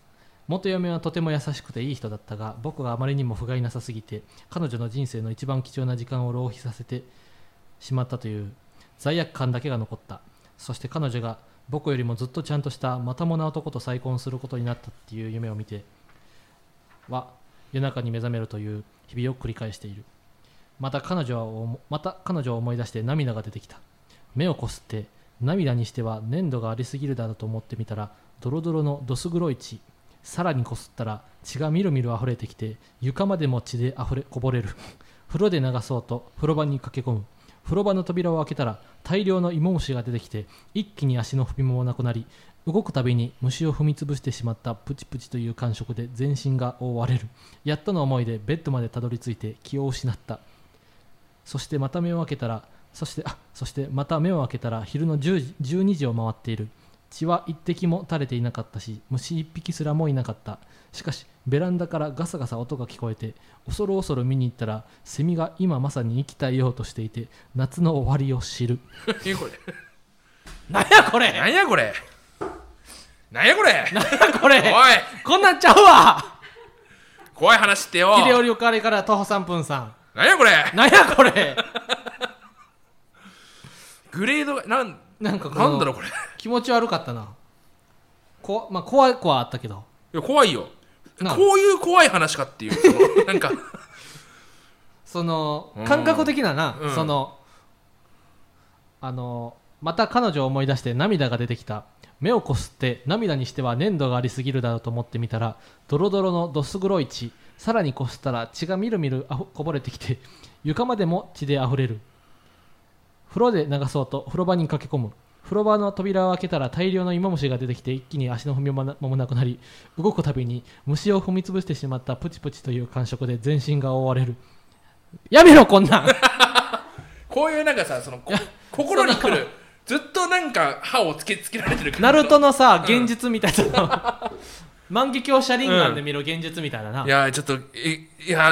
Speaker 2: 元嫁はとても優しくていい人だったが僕があまりにも不甲斐なさすぎて彼女の人生の一番貴重な時間を浪費させてしまったという罪悪感だけが残ったそして彼女が僕よりもずっとちゃんとしたまともな男と再婚することになったっていう夢を見ては夜中に目覚めるという日々を繰り返しているまた彼女は思また彼女を思い出して涙が出てきた目をこすって涙にしては粘度がありすぎるだろうと思ってみたらドロドロのどす黒い血さらにこすったら血がみるみる溢れてきて床までも血で溢れこぼれる風呂で流そうと風呂場に駆け込む風呂場の扉を開けたら大量の芋虫が出てきて一気に足の踏みもなくなり動くたびに虫を踏みつぶしてしまったプチプチという感触で全身が覆われるやっとの思いでベッドまでたどり着いて気を失ったそしてまた目を開けたらそしてあそしてまた目を開けたら昼の10時12時を回っている血は一滴も垂れていなかったし虫一匹すらもいなかったしかしベランダからガサガサ音が聞こえて恐る恐る見に行ったらセミが今まさに生きたいようとしていて夏の終わりを知る
Speaker 1: えこれ
Speaker 2: なんやこれ
Speaker 1: なんやこれなんやこれ
Speaker 2: なんやこ
Speaker 1: おい
Speaker 2: れこんなんちゃうわ
Speaker 1: 怖い話ってよ
Speaker 2: 切れ折りおかわりから徒歩3分さ
Speaker 1: なんやこれ
Speaker 2: んなんやこれ
Speaker 1: グレードがなん
Speaker 2: なんかこ
Speaker 1: なんだろ
Speaker 2: の
Speaker 1: うこれい
Speaker 2: 気持ち悪かったなこまあ怖い子はあったけど
Speaker 1: や怖いよ
Speaker 2: なあ
Speaker 1: こういう怖い話かっていうそのなんか
Speaker 2: その
Speaker 1: うん
Speaker 2: 感覚的なな、
Speaker 1: うん
Speaker 2: そのあのまた彼女を思い出して涙が出てきた目をこすって涙にしては粘度がありすぎるだろうと思ってみたらドロドロのどす黒い血さらにこすったら血がみるみるあふこぼれてきて床までも血であふれる風呂で流そうと風呂場に駆け込む風呂場の扉を開けたら大量の芋虫が出てきて一気に足の踏みもな間もなくなり動くたびに虫を踏みつぶしてしまったプチプチという感触で全身が覆われるやめろこんなん
Speaker 1: こういうなんかさそのこ心にくるずっとなんか歯をつけつけられてる感じ
Speaker 2: ナルトのさ現実みたいな、 万華鏡シャリンガンで見ろ現実みたいなな、
Speaker 1: いやちょっとえいや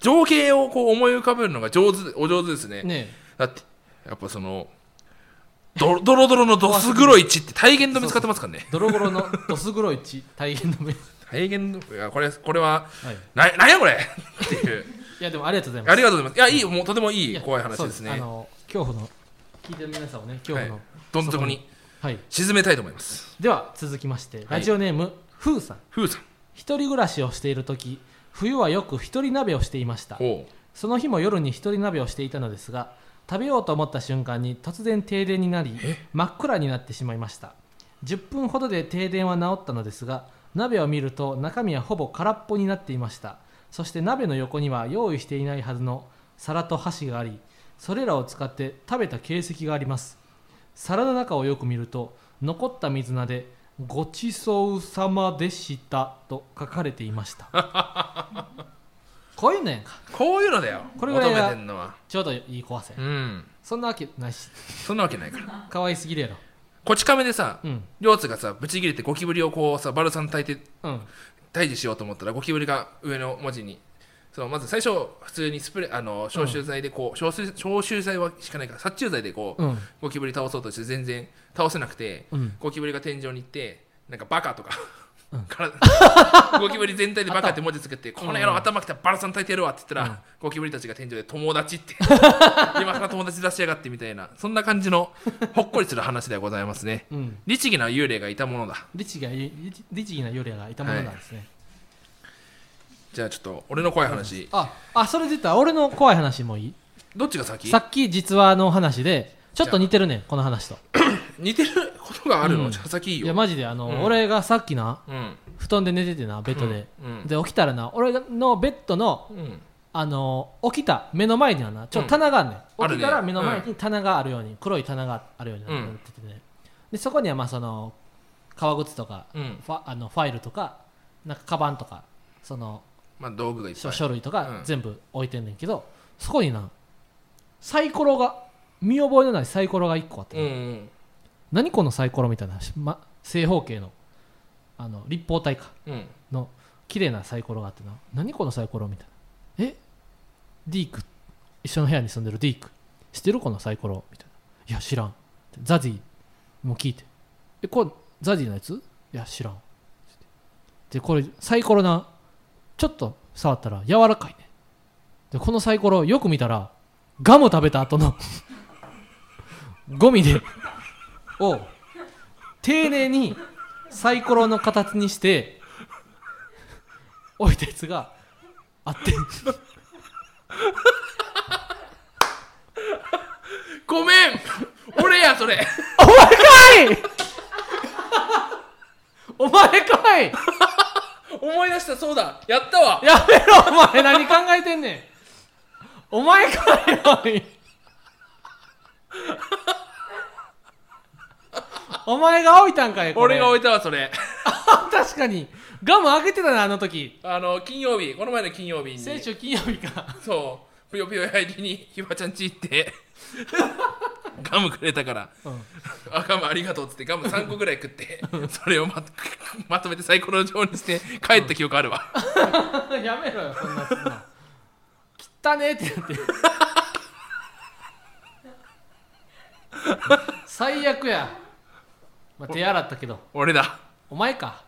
Speaker 1: 情景をこう思い浮かべるのが上手お上手ですね
Speaker 2: ね
Speaker 1: だってやっぱそのドドロドロのどす黒い血って体言止め使ってますからね
Speaker 2: えドロドロのどす黒い血大変の 目、
Speaker 1: 体言止めいやこれこれは
Speaker 2: はい、
Speaker 1: ななんやこれっていう
Speaker 2: いやでもありがとうございます
Speaker 1: ありがとうございますいやいいもうとてもいい
Speaker 2: や
Speaker 1: 怖い話です
Speaker 2: そうあ
Speaker 1: ね
Speaker 2: の恐怖の聞いてる皆さんをね恐怖の、
Speaker 1: はいどん底に
Speaker 2: はい、
Speaker 1: 沈めたいと思います
Speaker 2: では続きまして、ラジオネームふうさん
Speaker 1: ふうさん
Speaker 2: 一人暮らしをしている時冬はよく一人鍋をしていました
Speaker 1: ほう
Speaker 2: その日も夜に一人鍋をしていたのですが食べようと思った瞬間に突然停電になり真っ暗になってしまいました10分ほどで停電は治ったのですが鍋を見ると中身はほぼ空っぽになっていましたそして鍋の横には用意していないはずの皿と箸がありそれらを使って食べた形跡があります皿の中をよく見ると残った水菜で「ごちそうさまでした」と書かれていましたこういうのやんか
Speaker 1: こういうのだよ
Speaker 2: これぐらいが
Speaker 1: 求めてんのは
Speaker 2: ちょうどいい怖さや
Speaker 1: うん
Speaker 2: そんなわけないし
Speaker 1: そんなわけないから
Speaker 2: 可愛すぎるやろ
Speaker 1: こち亀でさ
Speaker 2: うん
Speaker 1: 両津がさブチ切れてゴキブリをこうさバルさん炊いて
Speaker 2: うん
Speaker 1: 退治しようと思ったらゴキブリが上の文字にそのまず最初普通にスプレーあの消臭剤でこう、消臭消臭剤はしかないから殺虫剤でこう、
Speaker 2: うん
Speaker 1: ゴキブリ倒そうとして全然倒せなくて、
Speaker 2: うん
Speaker 1: ゴキブリが天井に行ってなんかバカとか。 からゴキブリ全体でバカって文字作ってこの野郎頭きたらバラさん炊いてやるわって言ったら、ゴキブリたちが天井で友達って今から友達出しやがってみたいなそんな感じのほっこりする話ではございますね
Speaker 2: うん
Speaker 1: 律儀な幽霊がいたものだ
Speaker 2: 律儀がい律律儀な夜やがいたものなんですね、
Speaker 1: じゃあちょっと俺の怖い話
Speaker 2: ああそれで言ったら俺の怖い話もいい
Speaker 1: どっちが先
Speaker 2: さっき実話の話でちょっと似てるねんこの話と
Speaker 1: 似てることがあるの、
Speaker 2: うん
Speaker 1: じゃあ先いい
Speaker 2: い
Speaker 1: よ
Speaker 2: やマジであの、
Speaker 1: うん
Speaker 2: 俺がさっきな
Speaker 1: うん
Speaker 2: 布団で寝ててなベッドで、
Speaker 1: うん
Speaker 2: で起きたらな俺のベッドの
Speaker 1: うん
Speaker 2: あの起きた目の前にはなちょっと棚があんねん、
Speaker 1: うん
Speaker 2: 起きた
Speaker 1: あ
Speaker 2: ら
Speaker 1: るね
Speaker 2: 目の前に棚があるように、黒い棚があるようになっててね、でそこにはまあその革靴とか、
Speaker 1: うん
Speaker 2: ファあのファイルとかなんかカバンとかその
Speaker 1: まあ道具がいっ
Speaker 2: 書
Speaker 1: ぱい
Speaker 2: 書類と
Speaker 1: う
Speaker 2: か
Speaker 1: ん
Speaker 2: 全部置いてんねんけど、そこになサイコロが見覚えのないサイコロが1個あって、
Speaker 1: うんうん
Speaker 2: 何このサイコロみたいな、しま、正方形のあの立方体か
Speaker 1: うん
Speaker 2: の綺麗なサイコロがあってな何このサイコロみたいなえディーク一緒の部屋に住んでるディーク知ってるこのサイコロみたいないや知らんザジーも聞いてえこれザジーのやついや知らんでこれサイコロなちょっと触ったら柔らかいねでこのサイコロよく見たらガム食べた後のゴミでを丁寧にサイコロの形にして置いたやつがあって
Speaker 1: ごめん 俺やそれ
Speaker 2: お前かいお前かい
Speaker 1: 思い出したそうだやったわ
Speaker 2: やめろお前何考えてんねんお前かいよお前が置いたんかいこれ
Speaker 1: 俺が置いたわそれ
Speaker 2: 確かにガム開けてたなあの時
Speaker 1: あの金曜日この前の金曜日に
Speaker 2: 先週金曜日か
Speaker 1: そうぷよぷよやりにひばちゃんち行って ガムくれたから
Speaker 2: うん
Speaker 1: あガムありがとうっつってガム3個ぐらい食ってそれをままとめてサイコロ状にして帰った記憶あるわ
Speaker 2: やめろよそんなそんな汚ねえってなって 最悪や、まあ、手洗ったけど
Speaker 1: 俺だ
Speaker 2: お前か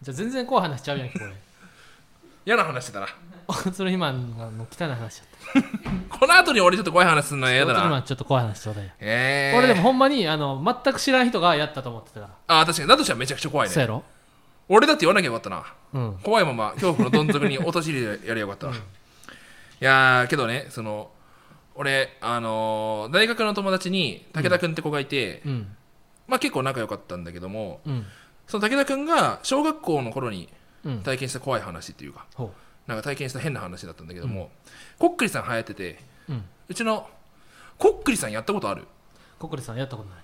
Speaker 2: じゃあ全然怖い話しちゃうやん けこれ嫌
Speaker 1: 嫌な話してたな
Speaker 2: オツルヒマンの汚い話しちゃった
Speaker 1: この後に俺ちょっと怖い話すんの嫌
Speaker 2: オ
Speaker 1: だ
Speaker 2: ツルヒマ
Speaker 1: な
Speaker 2: ンちょっと怖い話ちょうだいや、
Speaker 1: えー、
Speaker 2: 俺でもほんまにあの全く知らん人がやったと思ってたから、
Speaker 1: あ確かにだとしたらめちゃくちゃ怖い
Speaker 2: そう
Speaker 1: ね
Speaker 2: やろ
Speaker 1: 俺だって言わなきゃよかったな
Speaker 2: うん
Speaker 1: 怖いまま恐怖のどん底に陥れやりゃよかったわ、いやーけどねその俺あのー大学の友達に武田君って子がいて、
Speaker 2: うん
Speaker 1: まあ結構仲良かったんだけども
Speaker 2: うん
Speaker 1: その武田君が小学校の頃に
Speaker 2: うん
Speaker 1: 体験した怖い話っていうか
Speaker 2: ほ
Speaker 1: なんか体験した変な話だったんだけども、こっくりさん流行ってて
Speaker 2: ううん
Speaker 1: うちのこっくりさんやったことあるい
Speaker 2: コックリさんやったことない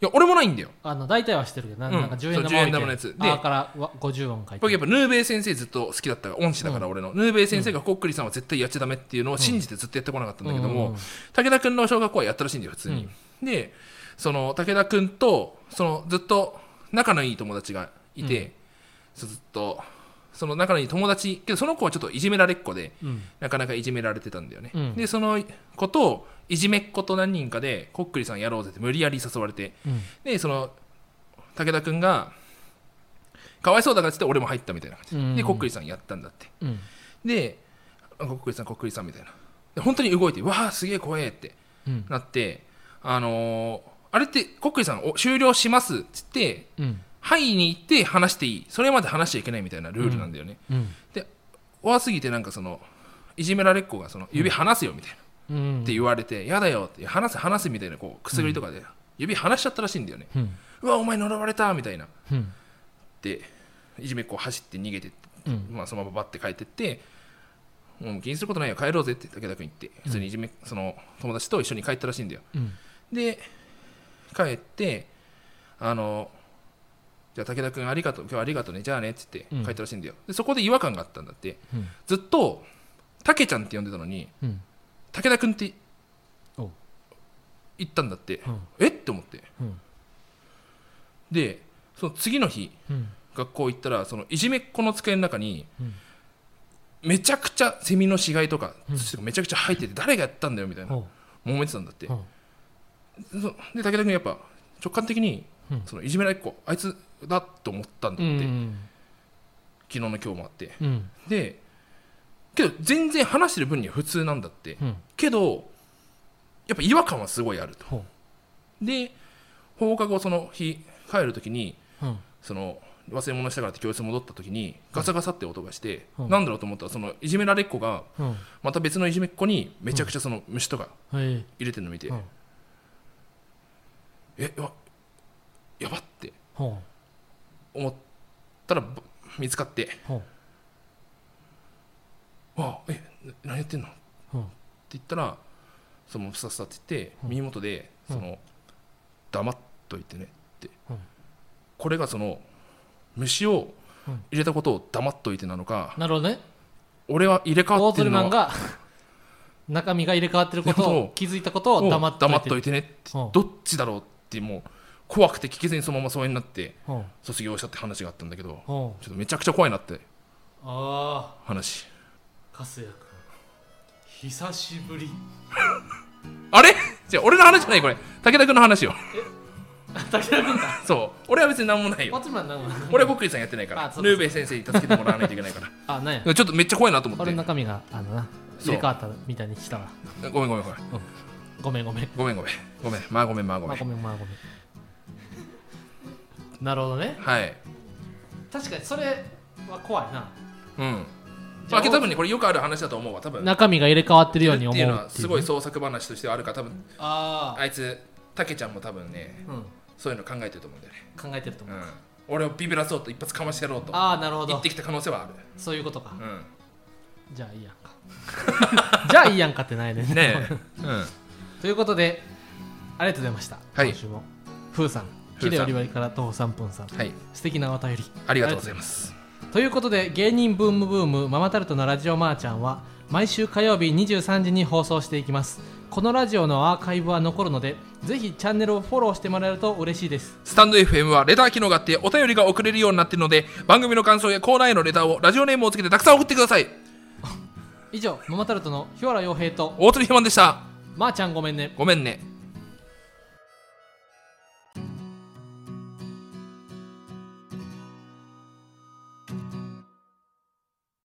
Speaker 1: や俺もないんだよ
Speaker 2: あの大体は知ってるけどな,、
Speaker 1: うん
Speaker 2: ん、なんか10
Speaker 1: そう
Speaker 2: 円玉
Speaker 1: 10円玉のやつで
Speaker 2: であーからわ50音書いて
Speaker 1: 僕やっぱヌーベイ先生ずっと好きだったから恩師だから俺の、ヌーベイ先生がこっくりさんは絶対やっちゃダメっていうのを信じてずっとやってこなかったんだけども、
Speaker 2: うんうんうん
Speaker 1: 武田君の小学校はやったらしいんだよ普通に、でその武田君とそのずっと仲のいい友達がいて、そうずっとその仲のいい友達けどその子はちょっといじめられっ子で
Speaker 2: うん
Speaker 1: なかなかいじめられてたんだよね、
Speaker 2: うん
Speaker 1: でその子といじめっ子と何人かでこっくりさんやろうぜって無理やり誘われて
Speaker 2: うん
Speaker 1: でその武田君がかわいそうだからっつって俺も入ったみたいな感じで,、
Speaker 2: うん
Speaker 1: こっくりさんやったんだって
Speaker 2: うん
Speaker 1: であこっくりさんこっくりさんみたいなで本当に動いてわあすげえ怖えって
Speaker 2: うん
Speaker 1: なってあのーあれってこっくりさんお終了しますっつって
Speaker 2: うん
Speaker 1: はいに行って話していいそれまで話しちゃいけないみたいなルールなんだよね、
Speaker 2: うん
Speaker 1: 怖すぎてなんかそのいじめられっ子がその指離せよみたいな、
Speaker 2: うん
Speaker 1: って言われて、やだよって話せ話せみたいなこうくすぐりとかで指離しちゃったらしいんだよね、
Speaker 2: うん
Speaker 1: うわお前呪われたみたいな
Speaker 2: うん
Speaker 1: でいじめっ子走って逃げてって、
Speaker 2: うん
Speaker 1: まあ、そのままバッて帰ってってもう気にすることないよ帰ろうぜって武田君言って普通にいじめ、その友達と一緒に帰ったらしいんだよ
Speaker 2: うん
Speaker 1: で帰ってあのじゃあ武田君ありがとう今日はありがとうねじゃあねって言っ
Speaker 2: うん
Speaker 1: て帰ったらしいんだよ、でそこで違和感があったんだって
Speaker 2: うん
Speaker 1: ずっとたけちゃんって呼んでたのに
Speaker 2: うん
Speaker 1: 武田君って
Speaker 2: おう
Speaker 1: 言ったんだって、
Speaker 2: うん
Speaker 1: えって思って
Speaker 2: うん
Speaker 1: でその次の日
Speaker 2: うん
Speaker 1: 学校行ったらそのいじめっ子の机の中に、
Speaker 2: うん
Speaker 1: めちゃくちゃセミの死骸とか
Speaker 2: うん
Speaker 1: 土とかめちゃくちゃ入ってて誰がやったんだよみたいな、
Speaker 2: おう
Speaker 1: 揉めてたんだって、
Speaker 2: おう
Speaker 1: そうで武田君やっぱ直感的に、
Speaker 2: うん
Speaker 1: そのいじめられっ子あいつだと思ったんだ
Speaker 2: う
Speaker 1: って、
Speaker 2: ん
Speaker 1: 昨日の今日もあって
Speaker 2: うん
Speaker 1: でけど全然話してる分には普通なんだって、
Speaker 2: うん
Speaker 1: けどやっぱ違和感はすごいあると
Speaker 2: ほう
Speaker 1: で放課後その日帰る時に
Speaker 2: うん
Speaker 1: その忘れ物したからって教室戻った時にガサガサって音がして、
Speaker 2: うん
Speaker 1: なんだろうと思ったらそのいじめられっ子が
Speaker 2: うんは
Speaker 1: また別のいじめっ子にめちゃくちゃその虫とか
Speaker 2: い
Speaker 1: 入れてるの見て、
Speaker 2: うん
Speaker 1: えやばやばって
Speaker 2: ほ
Speaker 1: 思ったらば見つかって
Speaker 2: うほう
Speaker 1: 「わあえな何やってんの?」って
Speaker 2: ほう
Speaker 1: 言ったらそのスタスタって言って
Speaker 2: うん
Speaker 1: 耳元で
Speaker 2: うん
Speaker 1: その「黙っといてね」って、
Speaker 2: うん
Speaker 1: これがその虫を
Speaker 2: うん
Speaker 1: 入れたことを黙っといてなのか、
Speaker 2: なるほどね
Speaker 1: 俺は入れ替わ
Speaker 2: 大
Speaker 1: ってる
Speaker 2: 鶴マ
Speaker 1: の
Speaker 2: ン
Speaker 1: は
Speaker 2: が 中身が入れ替わってること
Speaker 1: そう
Speaker 2: を気づいたことを黙っといて
Speaker 1: 黙っといてねって
Speaker 2: うん
Speaker 1: どっちだろうってもう怖くて聞けずにそのまま疎遠になって
Speaker 2: うんうん
Speaker 1: 卒業したって話があったんだけど
Speaker 2: あ
Speaker 1: ちょっとめちゃくちゃ怖いなって
Speaker 2: あ
Speaker 1: 話
Speaker 2: 春日君久しぶり
Speaker 1: あれじゃあ俺の話じゃないこれ武田君の話よ
Speaker 2: 武田君だ
Speaker 1: そう俺は別に何もない
Speaker 2: パ
Speaker 1: よ
Speaker 2: チマンなんか
Speaker 1: 俺はコックリさんやってないから
Speaker 2: あそうそう
Speaker 1: ヌーベイ先生に助けてもらわないといけないから
Speaker 2: あなんや
Speaker 1: ちょっとめっちゃ怖いなと思って
Speaker 2: 俺の
Speaker 1: ご
Speaker 2: 中身があのな
Speaker 1: そう
Speaker 2: 入れ替わったみたいにしたわ
Speaker 1: めんごめんごめん
Speaker 2: ごめんごめん
Speaker 1: ごめんごめんごめんまあごめんまあご
Speaker 2: ま
Speaker 1: め
Speaker 2: あ
Speaker 1: ん
Speaker 2: ごめんまあごめんなるほどね
Speaker 1: はい
Speaker 2: 確かにそれは怖いな
Speaker 1: うん
Speaker 2: じゃ
Speaker 1: ま
Speaker 2: あ
Speaker 1: あ多分ねこれよくある話だと思うわ多分
Speaker 2: 中身が入れ替わってるように
Speaker 1: っ
Speaker 2: 思
Speaker 1: て
Speaker 2: う
Speaker 1: い
Speaker 2: っ
Speaker 1: うの
Speaker 2: ていうね
Speaker 1: はすごい創作話としてあるから多分
Speaker 2: ああ
Speaker 1: あいつたけちゃんも多分ね
Speaker 2: うん
Speaker 1: そういうの考えてると思うんだよね
Speaker 2: 考えてると思う
Speaker 1: うん、俺をビビらそうと一発かましてやろうと
Speaker 2: ああなるほ
Speaker 1: 言
Speaker 2: ど
Speaker 1: ってきた可能性はある、
Speaker 2: そういうことか
Speaker 1: う
Speaker 2: じゃあいいやんか じゃあいいやんかってないね
Speaker 1: ん、ねえ、うん、
Speaker 2: ということでありがとうございました、
Speaker 1: はい
Speaker 2: 今週もふーさん
Speaker 1: ふーさん
Speaker 2: 喜でおりわりから徒歩3分さん
Speaker 1: はい
Speaker 2: 素敵なお便り
Speaker 1: ありがとうございます
Speaker 2: ということで芸人ブームブームママタルトのラジオマーちゃんは毎週火曜日23時に放送していきますこのラジオのアーカイブは残るのでぜひチャンネルをフォローしてもらえると嬉しいです
Speaker 1: スタンド FM はレター機能があってお便りが送れるようになっているので番組の感想やコーナーへのレターをラジオネームをつけてたくさん送ってください
Speaker 2: 以上ママタルトの日原洋平と
Speaker 1: 大鳥ひまんでした
Speaker 2: まーちゃんごめんね
Speaker 1: ごめんね